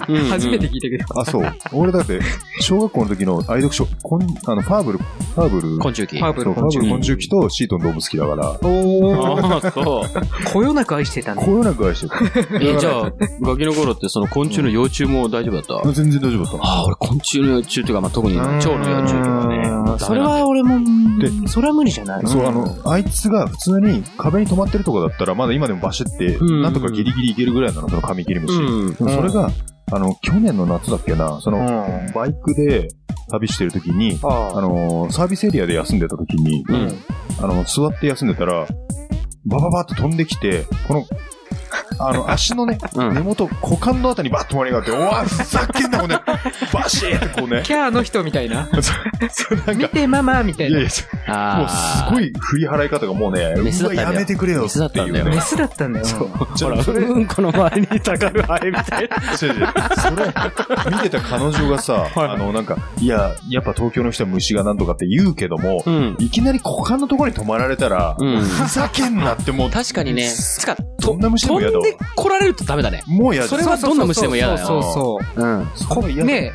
Speaker 3: うん
Speaker 4: 初めて聞いたけど。
Speaker 5: あ、そう。俺だって、小学校の時の愛読書、こんあの、ファーブル、ファーブル、
Speaker 3: 昆虫記。
Speaker 4: パー
Speaker 5: そ
Speaker 4: ブ
Speaker 5: う
Speaker 4: ル
Speaker 5: フ
Speaker 4: 昆
Speaker 5: ァーブ
Speaker 4: 虫
Speaker 5: ル。昆虫記とシートン動物記だから、
Speaker 4: おー。
Speaker 3: ああ、そう。
Speaker 4: こよなく愛してたね。
Speaker 5: こよなく愛してた。
Speaker 3: え、じゃあ、ガキの頃ってその昆虫の幼虫も大丈夫だった
Speaker 5: 全然大丈夫だった。
Speaker 3: ああ、俺昆虫の幼虫っていうか、まあ、特に
Speaker 5: うん
Speaker 3: 蝶の幼虫とかね。ダメなんだよ
Speaker 4: それは俺も
Speaker 5: で、
Speaker 4: それは無理じゃない
Speaker 5: そう、あの、あいつが普通に壁に止まってるとこだったら、まだ今でもバシって、
Speaker 3: うん
Speaker 5: なんとかギリギリいけるぐらいなの、そのカミキリムシ。
Speaker 3: うん。
Speaker 5: でもそれが、あの、去年の夏だっけな、その、
Speaker 4: うん
Speaker 5: バイクで旅してる時に、
Speaker 4: あ
Speaker 5: あのーサービスエリアで休んでた時に、
Speaker 3: うん。
Speaker 5: あの、座って休んでたら、バババって飛んできて、この、あ の、足のね、
Speaker 3: うん
Speaker 5: 根元、股間のあたりにバッと止まりがあって、おわ、ふざけんな、これ、バシーってこうね。
Speaker 4: キャーの人みたいな。
Speaker 5: そうなん
Speaker 4: 見
Speaker 5: か、
Speaker 4: てママみたい
Speaker 5: いやい
Speaker 4: な
Speaker 5: や、。もう
Speaker 3: あ
Speaker 5: す
Speaker 3: あ。
Speaker 5: ごい振り払い方がもうね、
Speaker 3: メス
Speaker 5: う
Speaker 3: だったんだよ
Speaker 5: わ、やめてくれよ
Speaker 3: メスだっ
Speaker 5: って
Speaker 3: た
Speaker 5: い
Speaker 3: ん
Speaker 5: う
Speaker 3: だよ
Speaker 5: ね
Speaker 4: メ。スだったんだよ。
Speaker 5: じゃあ
Speaker 3: ほら、
Speaker 5: それ、違う
Speaker 3: うんこの周りにたがるハエみたいな。
Speaker 5: 違う違うそれ、見てた彼女がさ、
Speaker 3: はい
Speaker 5: あの、なんか、いや、やっぱ東京の人は虫がなんとかって言うけども、
Speaker 3: うん。
Speaker 5: いきなり股間のところに止まられたら、
Speaker 3: うん
Speaker 5: ふざけんなってもう、
Speaker 3: 確かにね、つか、
Speaker 5: ど
Speaker 3: と
Speaker 5: んな虫でも
Speaker 3: 飛
Speaker 5: 嫌だ
Speaker 3: ん
Speaker 5: わ
Speaker 3: で。来られるとダメだね。
Speaker 5: もう嫌
Speaker 3: それはどんな虫でも嫌だよ
Speaker 4: そうそうそう
Speaker 3: うん。
Speaker 5: これ
Speaker 4: そう。
Speaker 5: 嫌だ。
Speaker 4: ねえ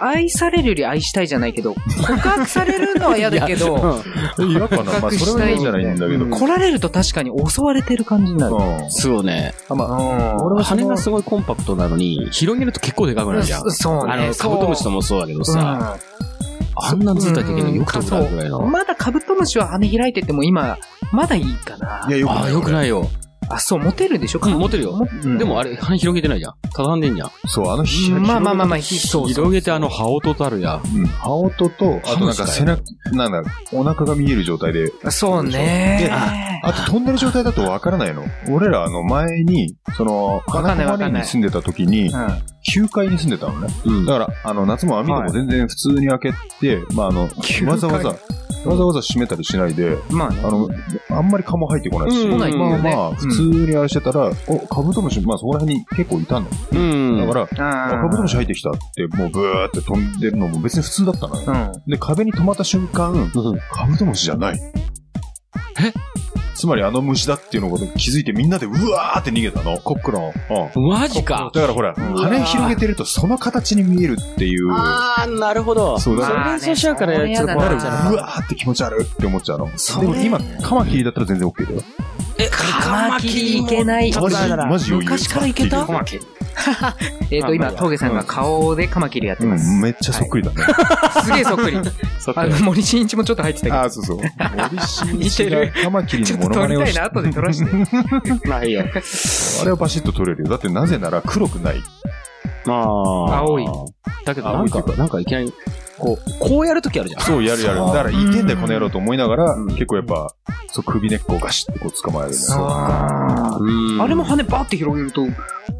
Speaker 4: 愛されるより愛したいじゃないけど、告白されるのは嫌だけど、
Speaker 5: 嫌かな。まあ、
Speaker 4: 比較し
Speaker 5: それ
Speaker 4: た
Speaker 5: はい嫌じゃないんだけど。
Speaker 3: う
Speaker 5: うんん。
Speaker 4: 来られると確かに襲われてる感じになる。
Speaker 3: そうね。
Speaker 5: あ、まあ、俺
Speaker 3: 俺は
Speaker 5: はそ
Speaker 3: 羽
Speaker 5: の
Speaker 3: がすごいコンパクトなのに、広げると結構でかくなるじゃん。
Speaker 4: そうね。
Speaker 3: あの、カブトムシともそうだけどさ、あんなんずいた時によく飛ぶなぐらい
Speaker 4: そう
Speaker 3: の。
Speaker 4: まだカブトムシは羽開いてても今、まだいいかな。
Speaker 5: いや、よく
Speaker 3: あ
Speaker 5: な
Speaker 3: あ、
Speaker 5: い。
Speaker 3: よくないよ。
Speaker 4: あ、そう、モテるでしょ
Speaker 3: うんモテるよ
Speaker 4: も
Speaker 5: うん
Speaker 3: でも、あれ、羽広げてないじゃん。ただんでんじゃん。
Speaker 5: そう、あの日、
Speaker 4: まあまあまあまあ、ひそうそう。
Speaker 3: 広げてあの、羽音たるや。
Speaker 5: うん羽音と、あとなんか背
Speaker 3: 歯の
Speaker 5: 中、なんだ、お腹が見える状態で、
Speaker 4: そう
Speaker 5: で
Speaker 4: ね。
Speaker 5: あと飛んでる状態だとわからないの。俺ら、あの、前に、その、
Speaker 4: かんない
Speaker 5: 花
Speaker 4: わか
Speaker 5: 小
Speaker 4: ん
Speaker 5: 金
Speaker 4: な
Speaker 5: 井
Speaker 4: い
Speaker 5: に住んでた時に
Speaker 4: う、ん
Speaker 5: 9階に住んでたのね。
Speaker 3: うん
Speaker 5: だ。から、あの、夏も網戸も全然普通に開けて、まあ、あの、
Speaker 4: 9
Speaker 5: わざわざ、
Speaker 4: 階
Speaker 5: わざわざ閉めたりしないで、
Speaker 4: まあね
Speaker 5: あの、あんまり蚊も入ってこないし、
Speaker 3: うん来ない
Speaker 5: ま
Speaker 3: よ
Speaker 5: あ
Speaker 4: ね
Speaker 5: まあ、普通にあれしてたら、お、カブトムシ、まあそこら辺に結構いたの。
Speaker 3: うん。
Speaker 5: だから、あ
Speaker 4: あ
Speaker 5: カブトムシ入ってきたって、もうブーって飛んでるのも別に普通だったのよ。
Speaker 4: うん。
Speaker 5: で、壁に止まった瞬間、
Speaker 3: うん
Speaker 5: カブトムシじゃない。
Speaker 3: え
Speaker 5: つまりあの虫だっていうのことに気づいてみんなでうわーって逃げたの。コックロン。うん。
Speaker 3: マジか。
Speaker 5: だからほら、羽広げてるとその形に見えるっていう。
Speaker 3: ああ、なるほど。
Speaker 5: そうだから、
Speaker 4: まあ
Speaker 3: それでそうしちゃうから、
Speaker 4: ね
Speaker 3: ちょっと
Speaker 5: な
Speaker 3: 困
Speaker 5: る
Speaker 3: っち
Speaker 5: う
Speaker 3: ゃうな
Speaker 5: わーって気持ち悪いって思っちゃうの。
Speaker 4: そ
Speaker 5: で
Speaker 4: れ
Speaker 5: も今、カマキリだったら全然 OK だよ。
Speaker 1: え、
Speaker 4: カマキリいけない。
Speaker 5: マジマジ余裕
Speaker 1: 昔からいけた
Speaker 3: 小牧。
Speaker 4: えっと、今、峠さんが顔でカマキリやって
Speaker 5: う
Speaker 4: ます。
Speaker 5: ん、めっちゃそっくりだね。
Speaker 4: すげえそっくり。あの、森進一もちょっと入ってたけど。
Speaker 5: ああ、そうそう。森進
Speaker 4: 似
Speaker 5: 一
Speaker 4: て
Speaker 5: が
Speaker 4: る
Speaker 5: カマキリ
Speaker 4: ちょ
Speaker 5: の
Speaker 4: っ
Speaker 5: モ
Speaker 4: と
Speaker 5: ノ
Speaker 4: 撮
Speaker 5: マ
Speaker 4: り
Speaker 5: ネを
Speaker 4: た
Speaker 5: し
Speaker 4: いな、後で撮らして。
Speaker 3: まあいいよ。
Speaker 5: あれはバシッと撮れるよ。だってなぜなら黒く ない。
Speaker 3: まあ。
Speaker 4: 青い。
Speaker 3: だけどなんか、なんかいきなり、こう、こうやるときあるじゃん。
Speaker 5: そう、やるやる。だから、いてんだよ、この野郎と思いながら、
Speaker 3: うん
Speaker 5: 結構やっぱ、そう、首根っこをガシッとこう捕まえるね。
Speaker 4: そうか。
Speaker 3: うん
Speaker 4: あれも羽バーって広げると、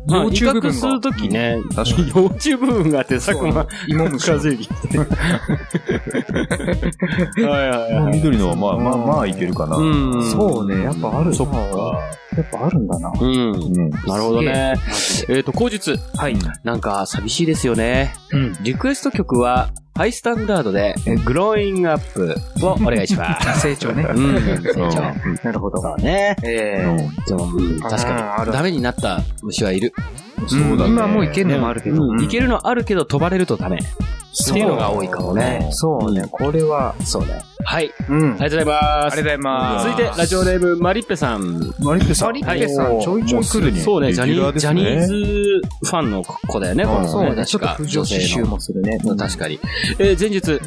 Speaker 3: まあ
Speaker 4: 幼虫部
Speaker 3: 威嚇
Speaker 4: 分
Speaker 3: する
Speaker 4: が。
Speaker 3: ときね、
Speaker 5: 確か に。
Speaker 3: 幼虫部分があって、佐久間
Speaker 4: 芋虫
Speaker 3: 和之って。はいはい
Speaker 5: まあ
Speaker 3: はい。
Speaker 5: 緑のは、まあまあまあ、いけるかな。うん。
Speaker 3: ん
Speaker 4: そうね、やっぱあるな。
Speaker 5: そっか
Speaker 4: やっぱあるんだな。
Speaker 3: うん。なるほどね。えっと、後日。
Speaker 4: はい。
Speaker 3: なんか、寂しいですよね。
Speaker 4: うん。
Speaker 3: リクエスト曲は、ハイスタンダードで、グローイングアップをお願いし ます。
Speaker 4: 成長ね。
Speaker 3: うん。成
Speaker 5: うん
Speaker 3: 長。
Speaker 4: なるほど。
Speaker 3: そうね。
Speaker 4: え
Speaker 5: う
Speaker 4: え。
Speaker 5: ん
Speaker 3: でもうん確
Speaker 4: うん
Speaker 3: か
Speaker 4: あ
Speaker 3: に。
Speaker 4: る
Speaker 3: ダメになった虫はいる。
Speaker 5: そうだね。
Speaker 4: 今もういけるのもあるけど。
Speaker 3: うんいけ
Speaker 4: る
Speaker 3: るのあるけど、飛ばれるとダメ。っていうのが多いかもね。
Speaker 4: そうね、これは。
Speaker 3: そうね。はい。
Speaker 4: う
Speaker 3: あり
Speaker 4: ん。
Speaker 3: がとうございます。
Speaker 4: ありがとうございます
Speaker 3: 続いて、ラジオネーム、マリッペさん。
Speaker 5: マリッペさん。
Speaker 4: マリッペさんちょいちょい来るね
Speaker 5: もうすでに。
Speaker 3: そうね、ジャニ
Speaker 5: レギュラ
Speaker 3: ー
Speaker 5: で
Speaker 3: ジ
Speaker 5: す
Speaker 3: ャ
Speaker 5: ね
Speaker 3: ニーズファンの子だよね、
Speaker 5: うん
Speaker 3: この子
Speaker 4: そうね、ち
Speaker 3: 確
Speaker 4: ょっと
Speaker 3: か。
Speaker 4: 不条刺繍もするね。
Speaker 3: 女性の。確かに。えー前日、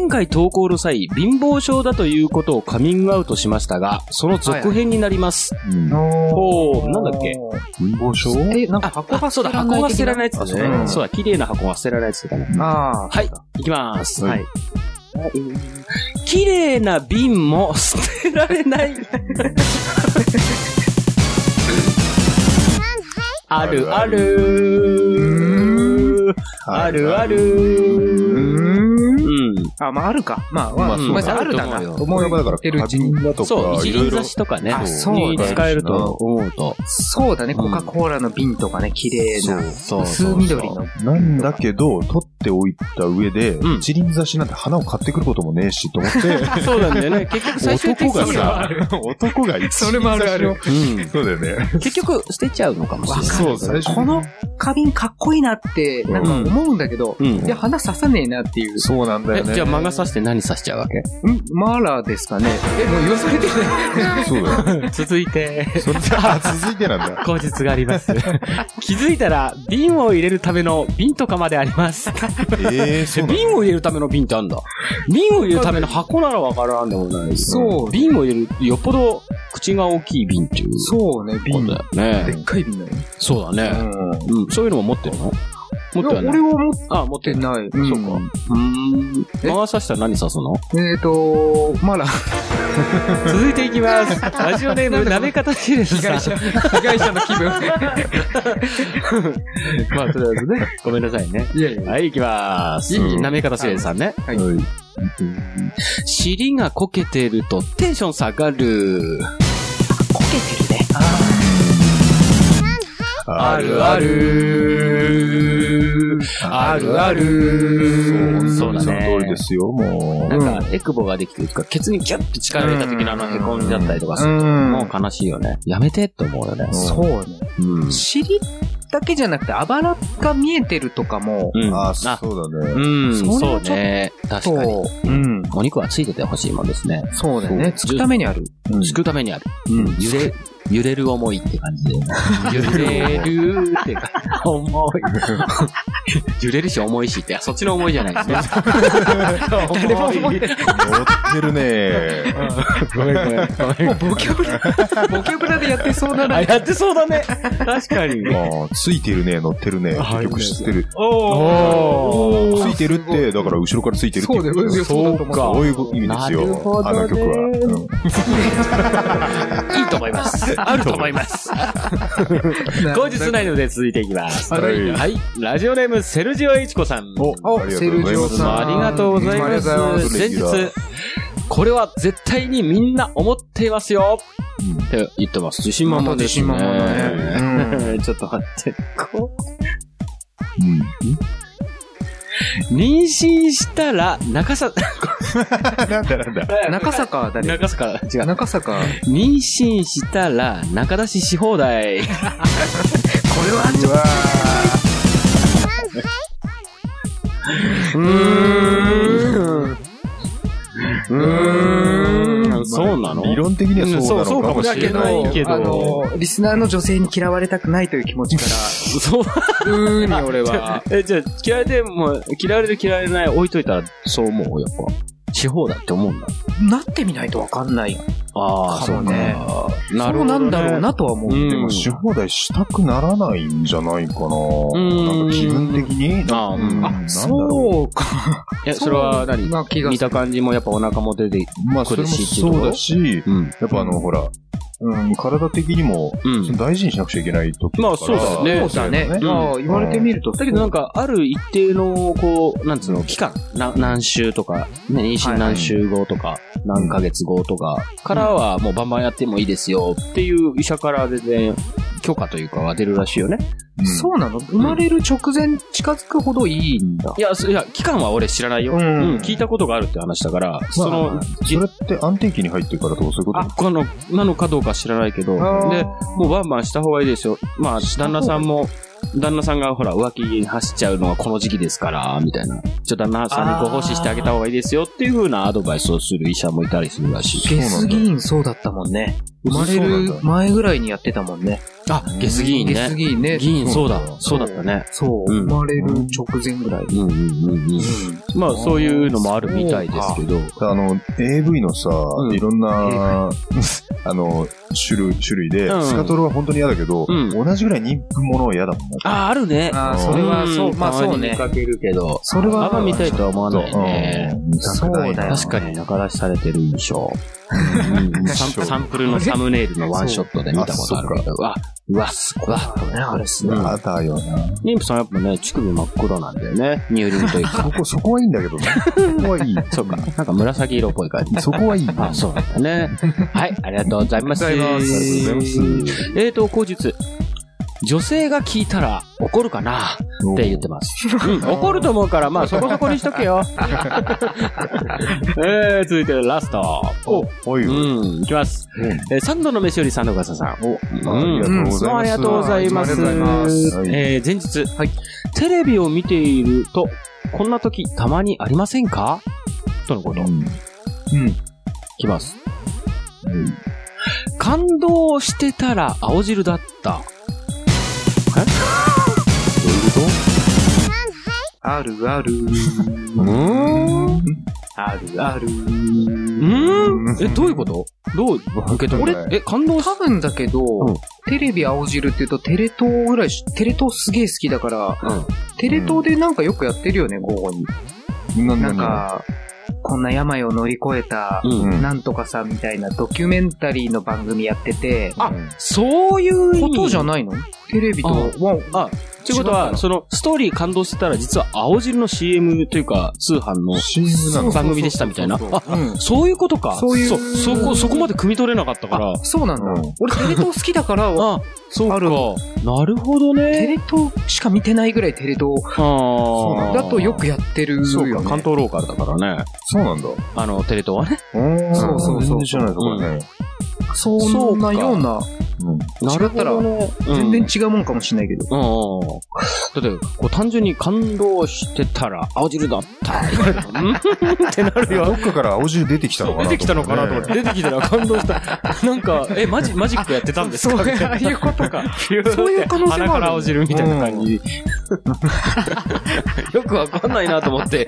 Speaker 3: 前回投稿の際、貧乏症だということをカミングアウトしましたが、その続編になります。
Speaker 5: うん
Speaker 3: ほう、なんだっけ
Speaker 5: 貧乏症
Speaker 4: え、なんか
Speaker 3: あ、
Speaker 4: 箱が
Speaker 3: そうだ、箱が捨てられないやつだ
Speaker 5: あそう
Speaker 3: ね。
Speaker 5: だ
Speaker 3: そうだ、綺麗な箱が捨てられないやつだね。
Speaker 4: ああ。
Speaker 3: はい、いきます。
Speaker 5: はい
Speaker 3: はい。綺麗な瓶も捨てられ ない。あるある。あるあ
Speaker 4: う
Speaker 3: る。
Speaker 4: ー
Speaker 3: う
Speaker 4: ん。
Speaker 3: ん。
Speaker 4: あ、まあ、あるか。まあ、
Speaker 5: ま
Speaker 4: まあ、
Speaker 5: あそう
Speaker 4: ごめんなさい、あるだ
Speaker 3: ある
Speaker 4: な。
Speaker 3: と
Speaker 5: も
Speaker 4: 思
Speaker 5: う
Speaker 4: い
Speaker 5: やっぱだから、
Speaker 4: てるうちに。
Speaker 5: 花瓶だと
Speaker 3: そう、
Speaker 5: か、
Speaker 3: 一
Speaker 5: いろい
Speaker 3: 輪
Speaker 5: ろ
Speaker 3: 挿。しとかね。
Speaker 4: あそう
Speaker 3: に使えると思うと。
Speaker 4: そうだね、コカ・コーラの瓶とかね、綺麗な。
Speaker 3: そう
Speaker 4: 薄
Speaker 3: そう。
Speaker 4: 緑の。
Speaker 5: なんだけど、取っておいた上で、
Speaker 3: うん
Speaker 5: 一輪挿しなんて花を買ってくることもねえし、と思って、
Speaker 3: そうなんだよね。結局最終的に
Speaker 5: 男がさ、男が一輪挿しを
Speaker 4: それもあるある。
Speaker 3: うん
Speaker 5: そうだよね。
Speaker 3: 結局捨てちゃうのかもしれない。
Speaker 5: そう、最初
Speaker 4: この花瓶かっこいいなって、なんか思うんだけど、
Speaker 3: うん
Speaker 4: いや、花刺さねえなっていう。
Speaker 5: そうなんだ
Speaker 3: え
Speaker 5: よね。
Speaker 3: じゃあ漫画刺して何刺しちゃうわけ
Speaker 4: んマーラーですかね。え、もう言わされてる。
Speaker 5: そうだよ ね。
Speaker 3: 続いて、
Speaker 5: それじゃあ、続いてなんだ。
Speaker 3: 後日があります。 気づいたら、瓶を入れるための瓶とかまであります。
Speaker 5: ええ、そうなんだ。
Speaker 3: 瓶を入れるための瓶ってあんだ。瓶を入れるための箱ならわからんでもないし
Speaker 4: そう
Speaker 3: 瓶を入れる、よっぽど口が大きい瓶っていう。
Speaker 4: そうね、
Speaker 3: こ
Speaker 4: 瓶。
Speaker 3: と
Speaker 4: で
Speaker 3: だよね。
Speaker 4: っかい瓶だよ。
Speaker 3: そうだね。
Speaker 4: う
Speaker 3: うん。そういうのも持ってるの持
Speaker 4: ん。
Speaker 3: って
Speaker 4: いや
Speaker 3: はな
Speaker 4: 俺
Speaker 3: い。
Speaker 4: は持っ
Speaker 3: あ、持って
Speaker 4: て
Speaker 3: る。
Speaker 4: ない。
Speaker 3: ん
Speaker 4: うん
Speaker 3: そううーん。回さしたら何刺すの
Speaker 4: えっと、マーラー。
Speaker 3: 続いていきます。 ラジオネーム、なめ方シレス
Speaker 4: 被
Speaker 3: さん
Speaker 4: 害。者、被害者の 気分。
Speaker 3: まあ、とりあえずね。ごめんなさいね。
Speaker 4: いやいや。
Speaker 3: はい、行きまーす。
Speaker 4: いい
Speaker 3: なめ方シレスさんね。
Speaker 4: はい
Speaker 3: 尻がこけてるとテンション下がる。こけてるね。
Speaker 5: あ
Speaker 3: ある。あるあるそうだ
Speaker 5: その通り
Speaker 3: ね
Speaker 5: で。すよ、も
Speaker 3: な
Speaker 5: う。
Speaker 3: んか、エクボができてるとか、ケツにギュッて力入れた時のあの、へこみだったりとかする。
Speaker 4: うん
Speaker 3: もう悲しいよね。やめてって思うよね。
Speaker 4: そうね。
Speaker 3: うん。
Speaker 4: 尻だけじゃなくて、あばらが見えてるとかも、
Speaker 3: うん。
Speaker 5: あ、そうだね。
Speaker 3: うん、
Speaker 4: それはちょ
Speaker 3: そ
Speaker 4: っ
Speaker 3: う
Speaker 4: と
Speaker 3: ね。確かに。
Speaker 4: そう、うん。
Speaker 3: お肉はついててほしいもんですね。
Speaker 4: そうだよね。つくためにある。
Speaker 5: うん
Speaker 3: 救うためにある。揺れ、揺れる思いって感じで。揺れるって感じ。重い。揺れるし重いしって、そっちの重いじゃないですね。誰も思ってない。
Speaker 5: 乗ってるね。
Speaker 3: ごめんごめん。
Speaker 4: もうボキャブラ、ボキャブラでやってそうだな。
Speaker 3: あ、やってそうだね。確かに。
Speaker 5: あーついてるね、乗ってるね。結局知ってる。
Speaker 3: お
Speaker 5: ついてるって、だから後ろからついてるっていうこと
Speaker 4: そうだよそうだと思った
Speaker 5: そういう意味です
Speaker 3: なるほ
Speaker 5: よ、あ
Speaker 3: どね
Speaker 5: の曲は。
Speaker 3: いいと思います。あると思います。後日内ので続いていきます。
Speaker 5: はい
Speaker 3: はい。ラジオネーム、セルジオエイチコさん。
Speaker 5: おありがとうご
Speaker 4: セルジ
Speaker 5: ざいま
Speaker 4: オ
Speaker 5: す。
Speaker 4: さん
Speaker 3: ありがとうございます。
Speaker 4: ありがとうご
Speaker 5: ざ
Speaker 3: 前
Speaker 5: います
Speaker 3: 日、これは絶対にみんな思っていますよって言ってます。自信満々ですね。
Speaker 4: また自信満々だ
Speaker 3: ちょっと待って。こう
Speaker 5: うん
Speaker 3: 妊娠したら、中さ、
Speaker 5: なんだなんだ。
Speaker 4: 中坂は誰
Speaker 3: 中坂、違う。
Speaker 4: 中坂。これ
Speaker 3: 妊娠したら、中出しし放題。
Speaker 4: はちょっ
Speaker 3: うーん。
Speaker 4: ーん
Speaker 3: そそうなの
Speaker 5: 理論的にはそうなのかも
Speaker 3: うんそう
Speaker 5: しれない
Speaker 3: そうかもしれないけど
Speaker 4: あの、リスナーの女性に嫌われたくないという気持ちか
Speaker 3: そう。
Speaker 4: ら、うーに俺は。
Speaker 3: え、じゃあ、嫌われても、嫌われる嫌われない置いといたら、そう思う、やっぱ。地方だって思うんだ。
Speaker 4: なってみないとわかんない
Speaker 3: あ
Speaker 4: かもね。
Speaker 3: うなる
Speaker 4: そ
Speaker 3: ほ
Speaker 4: うな
Speaker 3: ど、ね。
Speaker 4: んだろうなとは思う。
Speaker 3: うん
Speaker 5: でもし放題したくならないんじゃな
Speaker 3: ん
Speaker 5: いかな。なんか気分的に。
Speaker 3: ああ
Speaker 5: う
Speaker 3: うん
Speaker 5: んなんだろ
Speaker 4: うか。
Speaker 3: いや、それは何
Speaker 4: な気が
Speaker 3: 見
Speaker 4: する。
Speaker 3: た感じもやっぱお腹も出て、
Speaker 5: う。まあそれもそうだし、
Speaker 3: うん。
Speaker 5: やっぱあの、ほら、うん、体的にも
Speaker 3: うん。
Speaker 5: 大事にしなくちゃいけない時
Speaker 3: まあそうだね
Speaker 4: そうだね。
Speaker 5: うん
Speaker 4: まあ言われてみると。
Speaker 3: だけどなんか、ある一定の、こう、なんつうの、期間、な何週とか、ね、妊娠何週後とか、何ヶ月後とか、からはもうバンバンやってもいいですよっていう医者から全然許可というかは出るらしいよね。
Speaker 5: うん
Speaker 4: そうなの生まれる直前近づくほどいいんだ。
Speaker 3: いや、そいや、期間は俺知らないよ。う
Speaker 5: うんん、
Speaker 3: 聞いたことがあるって話だから、その、
Speaker 5: それって安定期に入ってからとかそういうこと
Speaker 3: あ、この、なのかどうか知らないけど、で、もうバンバンした方がいいですよ。まあ、旦那さんも、旦那さんがほら、浮気に走っちゃうのはこの時期ですから、みたいな。ちょ、旦那さんにこう保持してあげた方がいいですよっていう風なアドバイスをする医者もいたりするらしい。
Speaker 4: ゲス議員そうだったもんね。生まれ
Speaker 5: そうなんだ
Speaker 4: る前ぐらいにやってたもんね。
Speaker 3: あ、ゲス議員
Speaker 4: ゲス
Speaker 3: ね。
Speaker 4: 議員ね。
Speaker 3: 議員、そうだ。そ
Speaker 4: そうう
Speaker 3: だ
Speaker 4: だ
Speaker 3: ったね。
Speaker 4: そう。
Speaker 3: うん
Speaker 4: 生まれる直前ぐらい。
Speaker 3: うんうんうんうん。まあ、そういうのもあるみたいですけど。
Speaker 5: あの、AV のさ、
Speaker 3: ん
Speaker 5: いろんな、 あの、種類、種類で、
Speaker 3: うん
Speaker 5: スカトロは本当に嫌だけど、
Speaker 3: うん
Speaker 5: 同じぐらい妊婦ものは嫌だもんね。
Speaker 3: あ、あるね。
Speaker 4: ああ、それはそう。
Speaker 3: ん
Speaker 4: まあ
Speaker 3: た
Speaker 4: そう
Speaker 3: に見
Speaker 4: ね。
Speaker 3: かけるけど。
Speaker 4: それは
Speaker 3: あんま見たいとは思わないね。
Speaker 5: うん見たくないな
Speaker 3: 確かに中出しされてる印 象。サンサンプルのサムネイルのワンショットで見たことあるけど、うわ、うわ、すごい。
Speaker 4: ね、あれっすね。
Speaker 5: 嫌だよな。
Speaker 3: 妊婦さんやっぱね、乳首真っ黒なんだよね。乳輪というか
Speaker 5: そ。こ、そこはいいんだけどね。そこはいい。
Speaker 3: そうか。なんか紫色っぽい感じ。
Speaker 5: そこはいい。
Speaker 3: あ、そうなんだね。はい、ありがとうございます。
Speaker 5: ありがとうございます。
Speaker 3: えーと、口述。女性が聞いたら怒るかなって言ってます。うん、怒ると思うから、まあそこそこにしとけ よ。えー、続いてラスト。
Speaker 5: お、おいよ。
Speaker 3: うん、いきます。えー、三度の飯より三度がささん。
Speaker 5: お、ありがとうございます。
Speaker 3: ありがとうございます。
Speaker 4: ありがとうございます
Speaker 5: はい
Speaker 3: えー前日、テレビを見ていると、こんな時たまにありませんかとのこと。
Speaker 5: うん
Speaker 3: きます。感動してたら青汁だった。
Speaker 4: あるある。
Speaker 3: うーん
Speaker 4: あるある。
Speaker 3: うんえ、どういうことどう受け止め
Speaker 5: わかんない
Speaker 3: 俺、え、感動し
Speaker 4: 多分だけど、
Speaker 3: うん
Speaker 4: テレビ青汁って言うとテレ東ぐらいし、テレ東すげえ好きだから、
Speaker 3: うん
Speaker 4: テレ東でなんかよくやってるよね、午後に。
Speaker 5: な
Speaker 4: なんん
Speaker 5: か、
Speaker 4: か、こんな病を乗り越えた、
Speaker 3: うん
Speaker 4: なんとかさんみたいなドキュメンタリーの番組やってて、
Speaker 3: あそういう意味
Speaker 4: ことじゃないのテレビと
Speaker 3: あ
Speaker 4: は、
Speaker 3: あ、ということ
Speaker 4: 違うか
Speaker 3: は、
Speaker 4: な
Speaker 3: その、ストーリー感動してたら、実は青汁の CM というか、通販の
Speaker 5: CM なの
Speaker 3: 番組でしたみたいな。あ、
Speaker 4: うん。
Speaker 3: そういうことか。
Speaker 4: そういう
Speaker 3: そ、そこ、そこまで汲み取れなかったから
Speaker 4: あ。、そうなんだ。
Speaker 5: うん
Speaker 4: 俺テレ東好きだから、
Speaker 3: あ、そうか。
Speaker 4: ある
Speaker 3: なるほど
Speaker 4: テ
Speaker 3: ね。
Speaker 4: レ東しか見てないぐらいテレ東
Speaker 3: ああ
Speaker 4: だとよくやってるよね。
Speaker 3: そうか、関東ローカルだからね。
Speaker 5: そうなんだ。
Speaker 3: あの、テレ東はね。
Speaker 5: うん
Speaker 4: そうそうそう
Speaker 5: 全然知らないぞ、これね。
Speaker 4: そんなような、
Speaker 5: うん
Speaker 3: なるほどね。
Speaker 4: 全然違うもんかもしれないけど。
Speaker 3: うん。うんだって、こう単純に感動してたら、青汁だ った。うんってなる
Speaker 5: ど
Speaker 3: よ。
Speaker 5: っかから青汁出てきたのかな
Speaker 3: 出てきたのかなと思って、出てきたら感動 した。なんか、え、マジ、マジックやってたんですか
Speaker 4: そう
Speaker 3: みたな
Speaker 4: ああいうことか。
Speaker 3: そういう可能性もある。鼻から青汁みたいな感じ。よくわかんないなと思って。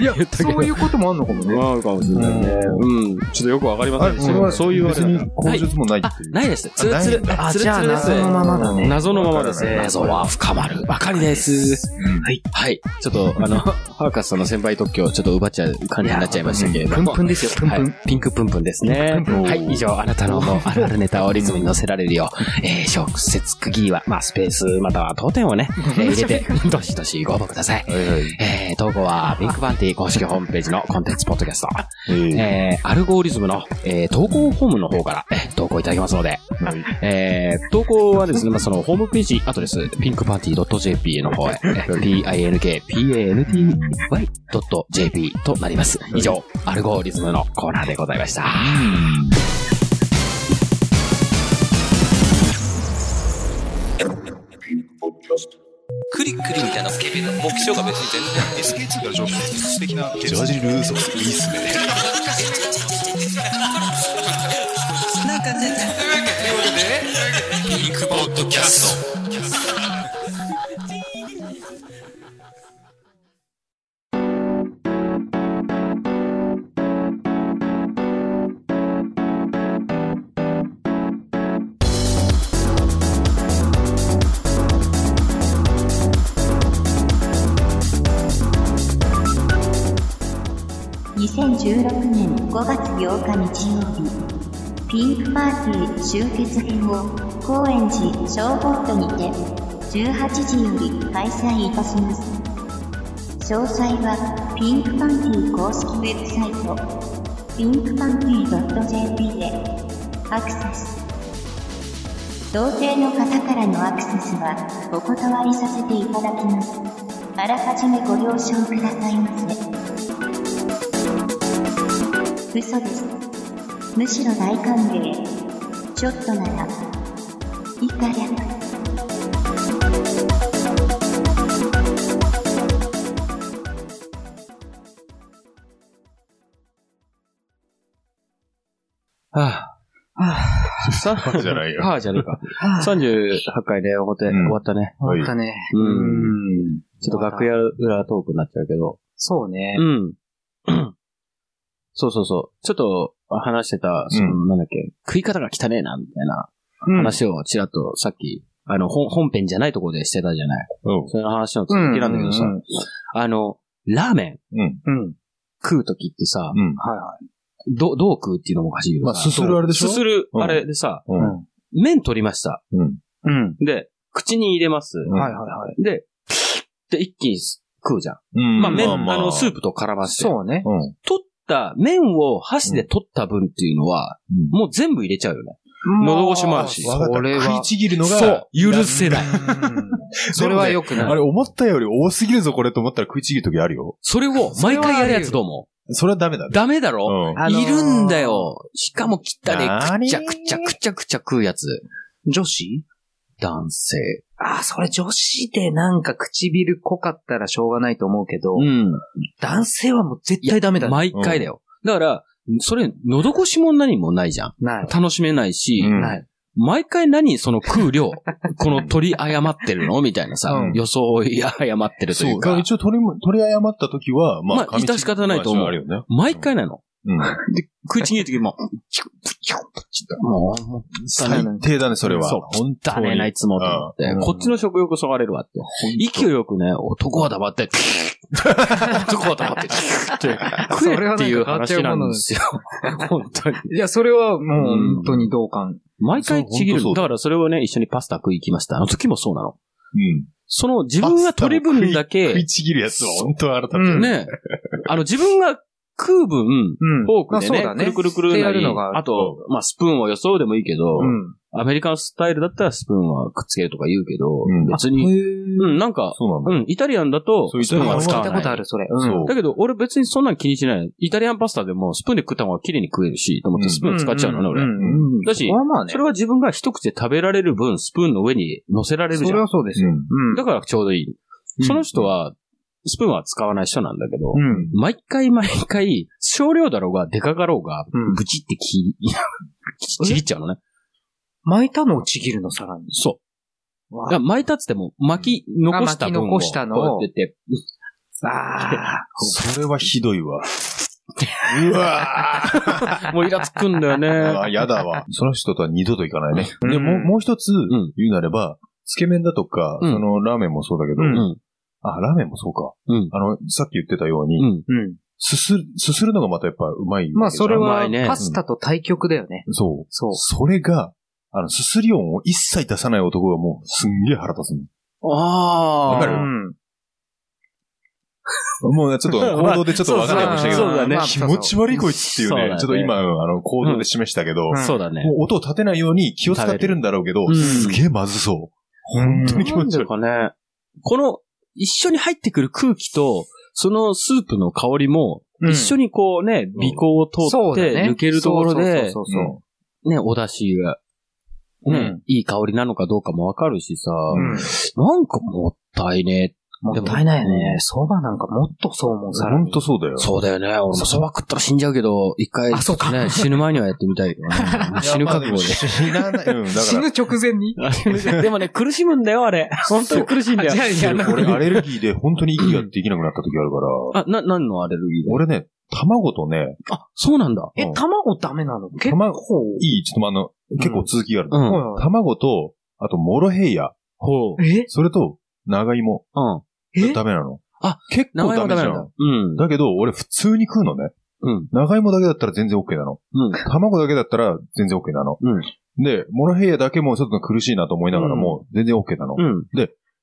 Speaker 4: いや
Speaker 3: 言ったけど
Speaker 4: そういうこともあんのかもね。
Speaker 3: あるかもしれないね。うん。ちょっとよくわかりませんでしたけど。そういうあれ
Speaker 5: 別
Speaker 3: だな
Speaker 5: に口述もないっていう。
Speaker 3: ないです。つるつる。
Speaker 4: あ
Speaker 3: つる
Speaker 4: じゃあ
Speaker 3: つるです。
Speaker 4: 謎のままだね
Speaker 3: 謎のままです。
Speaker 5: わからない
Speaker 3: 謎は深まるばかりです。はい。はい。ちょっと、 あの、ハーカスさんの先輩特許をちょっと奪っちゃう感じになっちゃいましたけれど
Speaker 4: プン
Speaker 3: も。
Speaker 4: プンですよ、プンプ
Speaker 3: は
Speaker 4: ン。
Speaker 3: い、ピンクプンプンですね。はい、以上、あなたの思うあるあるネタをリズムに乗せられるよう、 えー、小節区切りは、まあ、スペース、または当店を ね、えー入れて、どしどしご応募ください。
Speaker 5: はいはい。
Speaker 3: えー、投稿は、ピンクパンティ公式ホームページのコンテンツポッドキャスト、
Speaker 5: えー
Speaker 3: えー、アルゴリズムの、えー、投稿フォームの方から、えー投稿いただけますので、
Speaker 5: はい
Speaker 3: えー、投稿はですね、まあ、その、ホームページ、アドレス、pinkpanty.jp の方へ、えー pinkpanty.jp となります。以上、アルゴリズムのコーナーでございました。
Speaker 1: クリックリみたいな目標が別に全然ない SKT から上手的な
Speaker 5: ジャージルーソス、いいっすね。
Speaker 6: 感じだった。
Speaker 1: ピンクポッドキャスト。
Speaker 7: 2016年5月8日日曜日ピンクパーティー終結編を高円寺消防都にて18時より開催いたします詳細はピンクパンティー公式ウェブサイトピンクパンティー .jp でアクセス同定の方からのアクセスはお断りさせていただきますあらかじめご了承くださいませ嘘です。むしろ大歓迎。ちょっとなら、いかや。
Speaker 3: はぁ。さあ、
Speaker 5: じゃないよ
Speaker 3: はぁじゃねえか。38回で表、
Speaker 5: うん
Speaker 3: 終わったね。
Speaker 5: はい
Speaker 4: あったね。
Speaker 3: うん
Speaker 4: うん。
Speaker 3: ちょっと楽屋裏トークになっちゃうけど。
Speaker 4: そうね。
Speaker 3: うん。そうそうそう。ちょっと話してた、その、なんだっけ、食い方が汚えな、みたいな
Speaker 4: うん。
Speaker 3: 話をちらっとさっき、あの、本本編じゃないところでしてたじゃない。
Speaker 5: うん。
Speaker 3: その話の続きなんだけどさ、
Speaker 4: うんうん
Speaker 3: あの、ラーメン
Speaker 5: うん。
Speaker 4: うん。
Speaker 3: 食うときってさ、
Speaker 5: うん。
Speaker 4: はいは
Speaker 3: ど、どう食うっていうのもおかしいけどさ
Speaker 5: まあすするあれでしょ
Speaker 3: すする
Speaker 5: うん
Speaker 3: あれでさ、
Speaker 5: うん。
Speaker 3: 麺取りました。
Speaker 5: うん。
Speaker 4: い。うん。
Speaker 3: で、口に入れます。
Speaker 5: うん
Speaker 4: はいはいはい。
Speaker 3: で、で、一気に食うじゃん。
Speaker 5: うん
Speaker 3: まあ、麺、あの、スープ。と絡まして。
Speaker 4: そうね。
Speaker 5: うん。
Speaker 3: 取った、麺を箸で取った分っていうのは、
Speaker 5: うん
Speaker 3: もう全部入れちゃうよね。喉越しもあるし
Speaker 5: わかった
Speaker 4: それは
Speaker 5: 食いちぎるのが、
Speaker 3: そう許せない。
Speaker 4: うんそれは良くない。
Speaker 5: あれ、思ったより多すぎるぞ、これと思ったら食いちぎるときあるよ。
Speaker 3: それを毎回やるやつどうも。
Speaker 5: それはダメだね。
Speaker 3: ダメだろ、
Speaker 5: うん。
Speaker 4: あのー
Speaker 3: いるんだ。よ。しかも切ったで、
Speaker 5: な
Speaker 3: くっ
Speaker 5: に
Speaker 3: ちゃくっちゃくっちゃくっちゃ食うやつ。女子男性。
Speaker 4: あー、それ女子でなんか唇濃かったらしょうがないと思うけど、
Speaker 3: ん。
Speaker 4: 男性はもう絶対ダメだね。
Speaker 3: 毎回だよ。だから、それ、喉越しも何もないじゃん。
Speaker 4: ない。
Speaker 3: 楽しめないし、
Speaker 5: うん
Speaker 4: ない。
Speaker 3: 毎回何その食う量、この取り誤ってるのみたいなさ、
Speaker 5: うん
Speaker 3: 予想を誤ってると
Speaker 5: そ
Speaker 3: いう
Speaker 5: う。だから
Speaker 3: か、
Speaker 5: 一応取りも、取り誤ったときは、まあ、
Speaker 3: まあ致し方ないと思う
Speaker 5: あるよね。
Speaker 3: 毎回なの。
Speaker 5: うん。
Speaker 3: 食いちぎるときも、チュッチュッチュッもう、もう、
Speaker 5: 最低だね、それは。
Speaker 3: そう
Speaker 5: 本当
Speaker 3: だね
Speaker 5: に。
Speaker 3: えな、いつもと思って
Speaker 5: うん。
Speaker 3: こっちの食欲そがれるわって。勢いよくね、男は黙って、男は黙って、って食えっていう話なんですよ。本当に。
Speaker 4: いや、それはもう
Speaker 3: うん
Speaker 4: 本当に同感。
Speaker 3: 毎回ちぎる
Speaker 5: そ
Speaker 3: の。
Speaker 5: う本当そうだ
Speaker 3: だからそれをね、一緒にパスタ食い行きました。あの時もそうなの。
Speaker 5: うん。
Speaker 3: その自分が取る分だ
Speaker 5: 食い
Speaker 3: け、
Speaker 5: ちぎるやつは本当に腹立
Speaker 4: う
Speaker 5: つ。
Speaker 4: ん
Speaker 3: ね、あの自分が食う分、
Speaker 4: うん。
Speaker 3: フォークで
Speaker 4: まあそうだ
Speaker 3: ね、
Speaker 4: ね。
Speaker 3: くるくるくるな
Speaker 4: やる
Speaker 3: り
Speaker 4: のが、
Speaker 3: あと、まあスプーンを装うでもいいけど
Speaker 4: う、ん。
Speaker 3: アメリカンスタイルだったらスプーンはくっつけるとか言うけど
Speaker 5: うん、
Speaker 3: 別に、うん、なんか、
Speaker 5: そうなんだ。
Speaker 3: うん、イタリアンだと
Speaker 5: そう、イ
Speaker 3: ス
Speaker 5: タ
Speaker 3: プ
Speaker 5: リ
Speaker 3: ー
Speaker 5: アン
Speaker 3: ンは
Speaker 5: は
Speaker 4: 聞い
Speaker 3: 使わ
Speaker 4: た
Speaker 3: な
Speaker 4: こ
Speaker 3: い。
Speaker 4: とある、それ。う
Speaker 5: そ
Speaker 4: ん。
Speaker 5: う。
Speaker 3: だけど、俺別にそんなん気にしない。イタリアンパスタでもスプーンで食った方が綺麗に食えるし、と思ってスプーン使っちゃうのね、
Speaker 4: う
Speaker 3: 俺。
Speaker 4: んうんうん。
Speaker 3: だし
Speaker 4: そこはまあね
Speaker 3: それは自分が一口で食べられる分、スプーンの上に乗せられるじ
Speaker 4: そ
Speaker 3: ゃ
Speaker 4: れ
Speaker 3: ん
Speaker 4: は。そうですよ。うん。
Speaker 3: だからちょうどいい。その人は、スプーンは使わない人なんだけど、
Speaker 4: うん。
Speaker 3: 毎回毎回、少量だろうが、でかかろうが
Speaker 4: うん、
Speaker 3: ブチって切 り、ちぎっちゃうのね。
Speaker 4: 巻いたのをちぎるの、さらに。
Speaker 3: そう。だから巻いたっつっても、巻き残した分を、
Speaker 4: あ巻き残したの
Speaker 3: こ
Speaker 4: を
Speaker 3: うやってて、
Speaker 4: ああ。
Speaker 5: それはひどいわ。うわー
Speaker 3: もうイラつくんだよね。
Speaker 5: あ、やだわ。その人とは二度と行かないね。
Speaker 4: うん
Speaker 5: で、もう、もう一つ
Speaker 3: ん
Speaker 5: 言うなれば、つけ麺だとか、
Speaker 3: うん
Speaker 5: その、ラーメンもそうだけど、
Speaker 3: うん。
Speaker 5: あ、ラーメンもそうか。
Speaker 3: うん
Speaker 5: あの、さっき言ってたように、
Speaker 3: うん。
Speaker 4: うん。
Speaker 5: すす、すするのがまたやっぱうまいわけじゃん。
Speaker 4: まあ、それ
Speaker 3: う
Speaker 4: は
Speaker 3: まいね、
Speaker 4: パスタと対極だよね。
Speaker 5: そう。
Speaker 4: そう。
Speaker 5: それが、あの、すすり音を一切出さない男がもう、すんげえ腹立つ
Speaker 3: あ
Speaker 5: わかる
Speaker 4: うん。
Speaker 5: の。もうね、ちょっと、行動でちょっとわかんないかもしれないけど、
Speaker 3: そうだね
Speaker 4: まあ
Speaker 5: 気持ち悪いこいつっていう
Speaker 3: そうだ
Speaker 5: ね、
Speaker 3: ね
Speaker 5: ちょっと今、あの、行動で示したけど、
Speaker 4: うん
Speaker 3: そうだね。
Speaker 5: もう音を立てないように気を使ってるんだろうけど、
Speaker 3: うん
Speaker 5: すげえまずそう。本当に気持ち悪い。
Speaker 3: なんだかね。この、一緒に入ってくる空気と、そのスープの香りも、
Speaker 4: うん
Speaker 3: 一緒にこうね、鼻孔を通
Speaker 4: そう
Speaker 3: っ
Speaker 4: だ
Speaker 3: て
Speaker 4: ね
Speaker 3: 抜けるところで
Speaker 4: そ、うそうそうそう
Speaker 3: ね、お出汁が、ね、
Speaker 4: うん
Speaker 3: いい香りなのかどうかもわかるしさ、
Speaker 4: うん
Speaker 3: なんかもったいね。
Speaker 4: もったいないよね。蕎麦なんかもっとそうもん、さら
Speaker 5: 本
Speaker 4: に
Speaker 5: 当。そうだよ。
Speaker 3: そうだよね。俺もそば食ったら死んじゃうけど、一回、
Speaker 4: あそうか
Speaker 3: ね、死ぬ前にはやってみたい。 うん死ぬ覚悟で。
Speaker 5: 死なない。うん、だから。
Speaker 4: 死ぬ直前に
Speaker 3: でもね、苦しむんだよ、あれ。本当に苦しいんだよ。
Speaker 4: あじゃあじゃあ
Speaker 5: 俺、アレルギーで本当に息ができなくなった時あるから、
Speaker 3: あ、な、何のアレルギーだ
Speaker 5: 俺ね、卵とね、
Speaker 3: あ、そうなんだ。
Speaker 4: え、卵ダメなの結
Speaker 5: 卵
Speaker 4: 構。
Speaker 5: いい、ちょっとまああの、結構続きがある。
Speaker 3: うん。
Speaker 4: はいはい
Speaker 5: 卵と、あと、モロヘイヤ。
Speaker 3: ほう。
Speaker 4: え
Speaker 5: それと、長芋。
Speaker 3: うん。
Speaker 4: え
Speaker 5: ダメなの。
Speaker 3: あ、
Speaker 5: 結
Speaker 3: 名
Speaker 5: 構
Speaker 3: 前
Speaker 5: ダ
Speaker 3: は
Speaker 5: メ
Speaker 3: ダメ
Speaker 5: じ
Speaker 3: なんだ
Speaker 5: ゃん。。
Speaker 3: うん。
Speaker 5: だけど、俺普通に食うのね。
Speaker 3: うん。
Speaker 5: 長芋だけだったら全然 OK なの。
Speaker 3: うん。
Speaker 5: 卵だけだったら全然 OK なの。
Speaker 3: うん
Speaker 5: で、モロヘイヤだけもちょっと苦しいなと思いながらも、全然 OK なの。
Speaker 3: うん。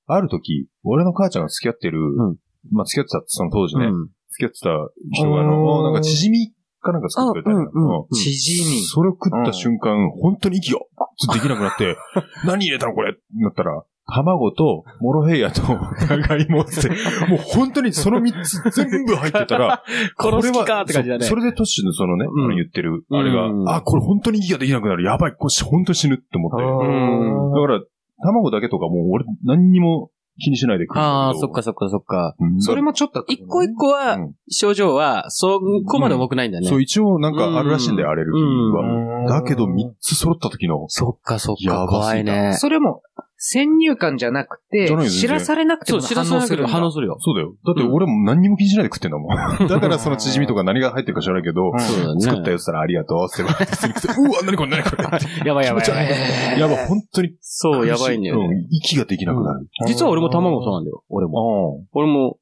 Speaker 5: ある時、俺の母ちゃんが付き合ってる、
Speaker 3: ん
Speaker 5: まあ付き合ってた、その当時
Speaker 3: う
Speaker 5: ね、
Speaker 3: ん
Speaker 5: 付き合ってた人があ
Speaker 4: う
Speaker 5: の、
Speaker 4: ん
Speaker 5: なんか縮みかなんか作ってくれたのよ
Speaker 3: あうんうん
Speaker 5: うん
Speaker 4: チヂミ。
Speaker 5: それを食った瞬間、本当に息がちょっとできなくな って、何入れたのこれってなったら、卵と、モロヘイヤと、長芋って、もう本当にその3つ全部入ってた ら、
Speaker 3: 殺す気かって感じだね
Speaker 5: そそれでトッシュのそのね、
Speaker 3: うん
Speaker 5: あの言ってる、あれが、
Speaker 3: うん
Speaker 5: あ、これ本当に息ができなくなる。やばい、これ本当に死ぬって思って。だ
Speaker 3: うん
Speaker 5: から、卵だけとかもう俺何にも気にしないで食うんだけど
Speaker 3: ああ、そっか。そっかそっか。
Speaker 5: うん
Speaker 4: それもちょっと。
Speaker 3: 一個一個は
Speaker 5: うん、
Speaker 3: 症状は、そこまで重くないんだね。
Speaker 5: そう、一応なんかあるらしいんだよ、アレルギー
Speaker 4: うん
Speaker 5: は。だけど、3つ揃った時の、
Speaker 3: そっかそっ
Speaker 5: やば
Speaker 3: か、
Speaker 5: すぎた
Speaker 3: 怖いね。
Speaker 4: それも、先入観じゃなくて
Speaker 5: じゃない、よ全然
Speaker 4: 知らされなくて
Speaker 3: そ
Speaker 4: も
Speaker 3: う、知
Speaker 4: 反
Speaker 3: らさ
Speaker 4: 応
Speaker 3: ない
Speaker 4: す
Speaker 3: け
Speaker 4: る
Speaker 3: ど
Speaker 4: んだ。
Speaker 3: 反応するよ。
Speaker 5: そうだよ。だって俺も何にも気にしないで食ってんだもん。 だからそのチヂミとか何が入ってるか知らないけど、
Speaker 3: そうだよね
Speaker 5: 作ったやつならありがとうって言って普通に食って、 うわ、何これ何これ
Speaker 3: やばいやばい
Speaker 5: 気持ち悪いやばい、本当に。
Speaker 3: そう、やばいんだよね。
Speaker 5: うん息ができなくなる。
Speaker 3: 実は俺も卵そうなんだよ。俺も。
Speaker 5: うん
Speaker 3: 俺も、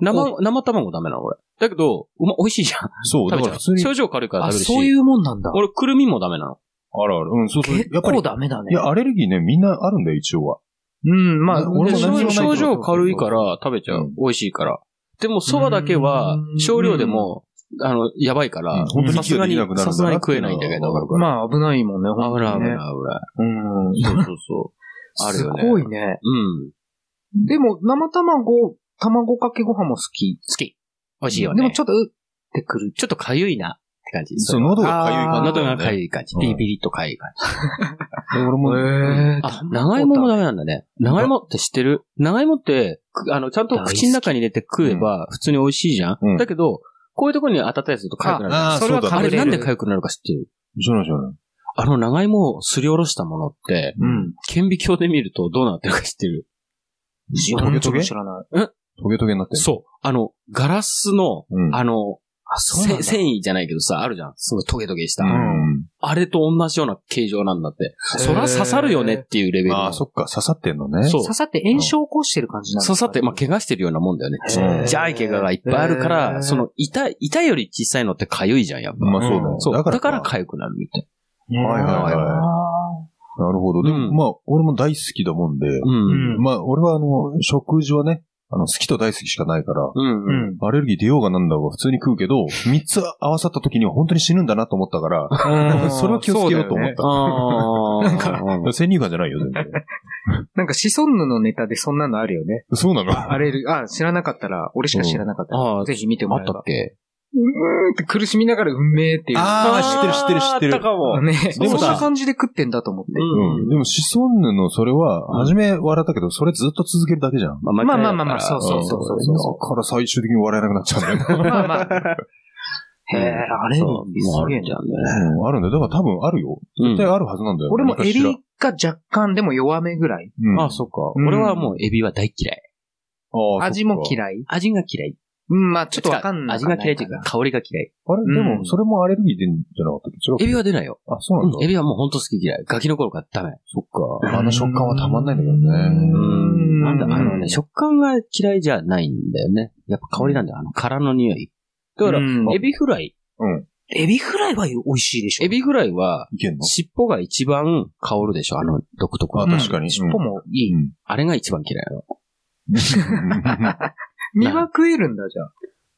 Speaker 4: 卵
Speaker 3: 生、生卵ダメなの、俺。だけど、うま、美味しいじゃん。
Speaker 5: そう、 だ
Speaker 3: 食べち
Speaker 5: から
Speaker 3: ゃ
Speaker 5: 普通
Speaker 3: う。
Speaker 5: に。
Speaker 3: 症状軽いから
Speaker 4: あ、
Speaker 3: 食べるし。
Speaker 4: そういうもんなんだ。
Speaker 3: 俺、くるみもダメなの。
Speaker 5: あるある。うん、そうそう。
Speaker 4: 結
Speaker 5: やっぱり
Speaker 4: 構、ダメだね
Speaker 5: い。や、アレルギーね、みんなあるんだよ、一応は。
Speaker 4: うん、まあ、
Speaker 5: 俺も何にも
Speaker 3: 症
Speaker 5: ないけど
Speaker 3: 症状軽いから食べちゃ
Speaker 5: う。
Speaker 3: うん美味しいから。でも、そばだけは
Speaker 4: うん、
Speaker 3: 少量でも、あの、やばいか
Speaker 5: うん
Speaker 3: ら
Speaker 5: 本当、に
Speaker 3: さすがに
Speaker 5: 息ができなくなるんだなっていうの、
Speaker 3: さ
Speaker 5: は
Speaker 3: すがに食えないんだけど。
Speaker 5: わかる
Speaker 3: まあ
Speaker 4: まあ、危ないもんね、
Speaker 3: 危ない危ない
Speaker 4: い。
Speaker 3: 危ない。そうそうそう。ある
Speaker 4: す
Speaker 3: よね。
Speaker 4: ごいね。
Speaker 3: うん。
Speaker 4: でも、生卵、卵かけご飯も好き。
Speaker 3: 好き。美味しいよね。
Speaker 4: でもちょっと、うってくる。
Speaker 3: ちょっとかゆいなって感じ。
Speaker 5: そう、喉が痒い感じだ
Speaker 3: 喉
Speaker 5: よね。
Speaker 3: がかゆい感じ。
Speaker 5: うん
Speaker 3: ビリビリっとかゆい感じ。
Speaker 5: で俺もね、
Speaker 4: え
Speaker 3: あ、長芋もダメなんだね。長芋って知ってる長芋って、くあの、ちゃんと口の中に入れて食えば普通に美味しいじゃん、
Speaker 5: うん
Speaker 3: だけど、こういうところに当たったりすると痒くなるじゃん。
Speaker 5: ああ
Speaker 4: それは
Speaker 5: そうだ
Speaker 3: あ
Speaker 5: ね
Speaker 4: 隠
Speaker 3: れな
Speaker 4: れ
Speaker 3: んで
Speaker 4: る。
Speaker 3: 痒くなるか知ってる
Speaker 5: じゃないじゃない。
Speaker 3: あの長芋をすりおろしたものって、
Speaker 4: うん。
Speaker 3: 顕微鏡で見るとどうなってるか知ってる
Speaker 5: トゲトゲ
Speaker 4: 知らない。
Speaker 5: トゲトゲになってる。
Speaker 3: そう。あの、ガラスの、
Speaker 5: うん。
Speaker 3: あの、
Speaker 4: そうなん
Speaker 3: せ
Speaker 4: だ
Speaker 3: 繊維じゃないけどさ、あるじゃん。すごいトゲトゲした。
Speaker 5: うん。
Speaker 3: あれと同じような形状なんだって。
Speaker 4: ー
Speaker 3: そら刺さるよねっていうレベル。
Speaker 5: ああ、そっか、刺さってんのね。
Speaker 3: そう
Speaker 4: 刺さって炎症を起こしてる感じなの
Speaker 3: 刺さって、まあ、怪我してるようなもんだよね。
Speaker 5: うん
Speaker 3: じゃあい怪我がいっぱいあるか
Speaker 4: へ
Speaker 3: ら、
Speaker 4: ー
Speaker 3: その、痛い、痛いより小さいのって痒いじゃん、やっぱ。
Speaker 5: まあそうだよ
Speaker 3: そう。
Speaker 5: だ
Speaker 3: だ
Speaker 5: か
Speaker 3: からら
Speaker 5: か
Speaker 3: 痒くなるみたい。
Speaker 5: はいはいは
Speaker 4: あ
Speaker 5: い。なるほど。でも、
Speaker 3: うん
Speaker 5: まあ、俺も大好きだもんで、
Speaker 3: うん。
Speaker 5: まあ、俺はあの、食事はね、あの、好きと大好きしかないから、
Speaker 3: うん。うん。
Speaker 5: アレルギー出ようがなんだろうが普通に食うけど、三つ合わさった時には本当に死ぬんだなと思った から、
Speaker 4: あ
Speaker 5: それを気をつけようと思っ た。
Speaker 3: ああ。なんか、
Speaker 5: 先入観じゃないよ、全然。
Speaker 4: なんか、シソンヌのネタでそんなのあるよね。
Speaker 5: そうなの
Speaker 4: あれ、あ、知らなかったら、俺しか知らなかったら。
Speaker 3: ああ、
Speaker 4: ぜひ見ても
Speaker 3: あっ
Speaker 4: らえ
Speaker 3: た
Speaker 4: ば
Speaker 3: っけ
Speaker 4: うーんって苦しみながら運命っていう。
Speaker 5: あー知ってる知ってる知ってる
Speaker 3: あったかも。
Speaker 4: ね。
Speaker 3: そう
Speaker 4: そ
Speaker 3: だ
Speaker 4: んな感じで食ってんだと思って。
Speaker 5: うん。でも、シソンヌのそれは、初め笑ったけど、それずっと続けるだけじゃん。
Speaker 3: まあ
Speaker 4: まあまあまあまあ、そううそうそうそうそ
Speaker 5: だから最終的に笑えなくなっちゃうんだよ
Speaker 4: う。
Speaker 5: ね。
Speaker 4: ま あまあ。へえ、あれ、す
Speaker 3: そうもうあ
Speaker 4: げえ
Speaker 3: るじ
Speaker 4: な
Speaker 3: ゃんね。
Speaker 5: あるんだよ。だから多分あるよ。絶対あるはずなんだよ。
Speaker 4: 俺もエビ
Speaker 5: うん
Speaker 4: が若干でも弱めぐらい。
Speaker 3: ああ、そっか。
Speaker 4: うん
Speaker 3: 俺はもうエビは大嫌い。
Speaker 5: ああ
Speaker 4: 味も
Speaker 5: い。
Speaker 4: 嫌い。
Speaker 3: 味が嫌い。
Speaker 4: うん、まあちょっとわかんない。
Speaker 3: 味が嫌いっていうか、香りが嫌い。
Speaker 5: あれ、
Speaker 4: うん
Speaker 5: でも、それもアレルギーでんじゃなかったっけ違うっけ
Speaker 3: エビは出ないよ。
Speaker 5: あ、そうなんだ。
Speaker 3: うんエビはもうほんと好き嫌い。ガキの頃からダメ。
Speaker 5: そっか。あの食感はたまんないんだけどね。
Speaker 4: うん
Speaker 3: なんだ、あのね、食感が嫌いじゃないんだよね。やっぱ香りなんだよ。あの、殻の匂い。だから、
Speaker 4: うん
Speaker 3: エビフライ。
Speaker 4: エビフライは美味しいでしょ。
Speaker 3: エビフライは、
Speaker 5: いけんの
Speaker 3: 尻尾が一番香るでしょあの、独特
Speaker 5: あ、
Speaker 3: の。
Speaker 5: 確かに。
Speaker 4: 尻尾もいい。
Speaker 5: うん。
Speaker 3: あれが一番嫌いなの。
Speaker 4: 身は食えるんだじゃん。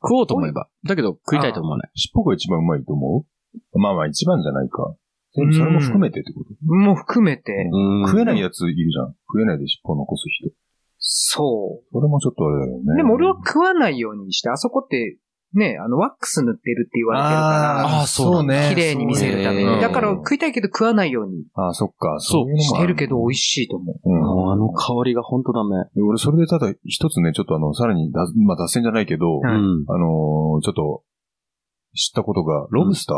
Speaker 3: 食おうと思えば。だけど、食いたいと思わない。
Speaker 5: 尻尾が一番うまいと思うまあまあ一番じゃないか。それそれも含めてってこと、
Speaker 4: もう含めて、
Speaker 3: うん
Speaker 5: 食えないやついるじゃん。食えないで尻尾残す人。
Speaker 4: そ
Speaker 5: それもちょっとあれだよ
Speaker 4: う。
Speaker 5: ね。
Speaker 4: でも俺は食わないようにして、あそこってね、あの、ワックス塗ってるって言われてるから、
Speaker 5: あーそうね
Speaker 4: 綺麗に見せるため
Speaker 5: そう
Speaker 4: に。
Speaker 5: ね
Speaker 4: だから食いたいけど食わないように
Speaker 5: ああ、そっか。そういうのも
Speaker 4: し
Speaker 5: あ
Speaker 4: てるけど美味しいと思う。
Speaker 5: うん
Speaker 3: あの香りがほんとダメ。
Speaker 5: で俺、それでただ一つね、ちょっとあの、さらにだ、まあ、脱線じゃないけど、
Speaker 4: はい
Speaker 3: うん。
Speaker 5: あのーちょっと、知ったことが、ロブスター。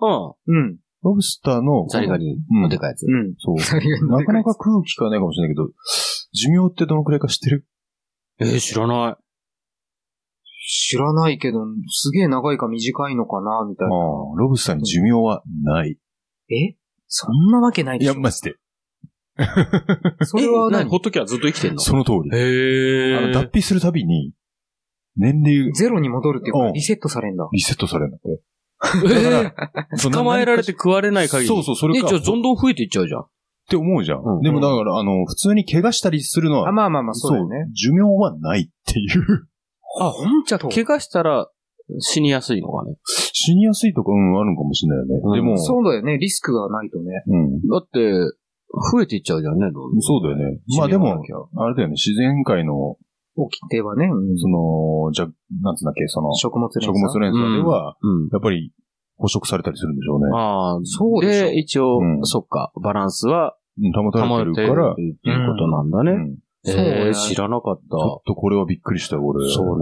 Speaker 3: うん。
Speaker 4: うん。
Speaker 5: ロブスターの、
Speaker 3: ザリガニ
Speaker 5: うん
Speaker 3: のでかいやつ。
Speaker 4: うん。
Speaker 5: そう。
Speaker 4: それが
Speaker 5: なかなか空気かないかもしれないけど、寿命ってどのくらいか知ってる
Speaker 3: えー、知らない。
Speaker 4: 知らないけど、すげえ長いか短いのかな、みたい
Speaker 5: ああ
Speaker 4: な。、
Speaker 5: ロブスターに寿命はない。
Speaker 4: えそんなわけない
Speaker 5: い
Speaker 4: でし
Speaker 5: や、
Speaker 4: ょ。
Speaker 5: マジで。
Speaker 4: それは何
Speaker 3: ほっときゃずっと生きてんの
Speaker 5: その通り。あ
Speaker 3: へ
Speaker 5: の、脱皮するたびに、年齢
Speaker 4: ゼロに戻るっていうか
Speaker 5: う、ん
Speaker 4: リセットされんだ。
Speaker 5: リセットされるんだって。
Speaker 3: え
Speaker 5: そ
Speaker 3: ー
Speaker 5: の
Speaker 3: 捕まえられて食われない限り。
Speaker 5: そうそう、それ
Speaker 3: え、
Speaker 5: か。
Speaker 3: じゃあ
Speaker 5: っ
Speaker 3: どんどん増えていっちゃうじゃん。
Speaker 5: て思うじゃん。
Speaker 3: うん
Speaker 5: でもだから、あの、普通に怪我したりするのは、
Speaker 4: あ、まあまあまあ、そうだよね。
Speaker 5: 寿命はないっていう。
Speaker 3: あ、ほん
Speaker 4: じゃあ、
Speaker 3: 怪我したら死にやすいのかね。
Speaker 5: 死にやすいとか、うん、あるのかもしれないよね。
Speaker 3: うん
Speaker 5: でも、
Speaker 4: そうだよね。リスクがないとね。
Speaker 5: うん。
Speaker 3: だって、増えていっちゃうじゃんね、どんどん
Speaker 5: そうだよね。まあでも、あれだよね、自然界の、
Speaker 4: 起きてはね、うん
Speaker 5: その、じゃ、なんつうんだっけ、その、
Speaker 4: 食
Speaker 5: 食
Speaker 4: 物連鎖。
Speaker 5: 物連鎖では、
Speaker 3: うん。
Speaker 5: やっぱり、捕食されたりするんでしょうね。
Speaker 3: ああ、
Speaker 4: そうでしょ
Speaker 3: で、一応、
Speaker 5: うん
Speaker 3: そっか、バランスは
Speaker 5: うん、保た
Speaker 3: 保
Speaker 5: れ
Speaker 3: てる
Speaker 5: てるから、
Speaker 3: っていうことなんだ
Speaker 5: う
Speaker 3: ね。
Speaker 5: ん。ち
Speaker 3: え
Speaker 4: そうね
Speaker 3: ー知らなかった。
Speaker 5: ょっとこれはびっくりしたよ、俺。
Speaker 3: そう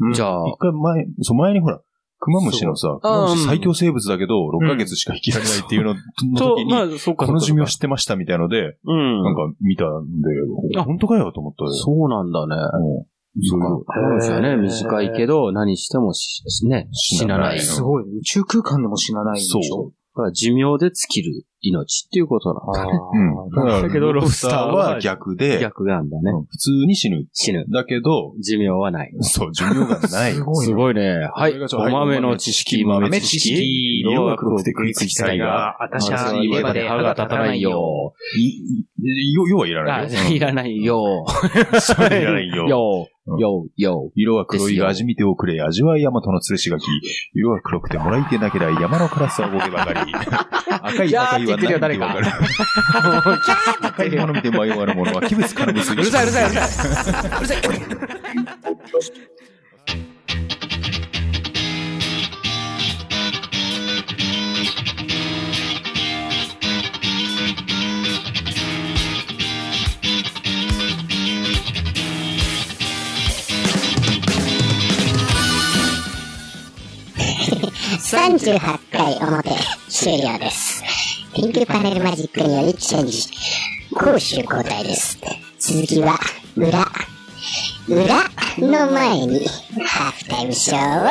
Speaker 4: う
Speaker 3: ね。
Speaker 4: ん
Speaker 3: じゃあ、
Speaker 5: 一回前、そう前にほら、クマムシのさ、クマムシ最強生物だけど、6ヶ月しか生きられないっていう のの
Speaker 3: と
Speaker 5: 時、
Speaker 3: ま
Speaker 5: に、
Speaker 3: あ、そっか。
Speaker 5: この寿命
Speaker 3: そっか
Speaker 5: 知ってましたみたいので、
Speaker 3: う
Speaker 5: なん
Speaker 3: ん。
Speaker 5: か見たんで、
Speaker 3: あ
Speaker 5: 本当かよと思ったよ。
Speaker 3: そうなんだね。
Speaker 5: うんそういう
Speaker 3: そうか。彼女はね、短いけど、何してもし、ね、死
Speaker 5: 死
Speaker 3: な
Speaker 5: な
Speaker 3: な
Speaker 5: ないい。
Speaker 4: すごい。宇宙空間でも死なないんでしょ。
Speaker 3: だから寿命で尽きる命っていうことなんだね。
Speaker 5: うん。だから
Speaker 3: だけど
Speaker 5: ロブスターは逆で、
Speaker 3: 逆なんだ
Speaker 5: う
Speaker 3: ね。
Speaker 5: ん普通に死ぬ。
Speaker 3: 死ぬ。
Speaker 5: だけど、
Speaker 3: 寿命はない。
Speaker 5: そう、寿命がない。
Speaker 4: す ごい
Speaker 3: す
Speaker 4: な。
Speaker 3: ごいね。はい。
Speaker 5: これがちょ
Speaker 3: お豆の知識、豆
Speaker 5: 豆
Speaker 3: 知
Speaker 5: 知
Speaker 3: 識
Speaker 5: 識、
Speaker 3: 色が黒くて食いつきたいが、
Speaker 4: 私
Speaker 3: 私は家まで歯が立たないよ。
Speaker 5: いいよ要はいら
Speaker 3: あ
Speaker 5: ないよ。
Speaker 3: いらないよ。
Speaker 5: それいらないよ。
Speaker 3: よ、よ、よ。
Speaker 5: 色は黒いが味見ておくれ、味は大和の吊るし柿。色は黒くてもらいてなけりゃ山の辛さはボケばかり。赤い赤いは何でわかる。赤いもの見て迷わるものは器物から物う
Speaker 3: うるさいうるさいうる
Speaker 5: さい。
Speaker 8: 38回表終了です。ピンクパネルマジックによりチェンジ。攻守交代です。続きは裏。裏の前にハーフタイムショーを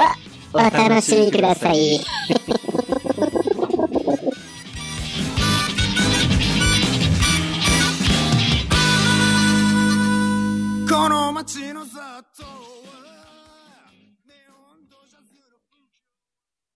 Speaker 8: お楽しみください。
Speaker 9: この街の雑踏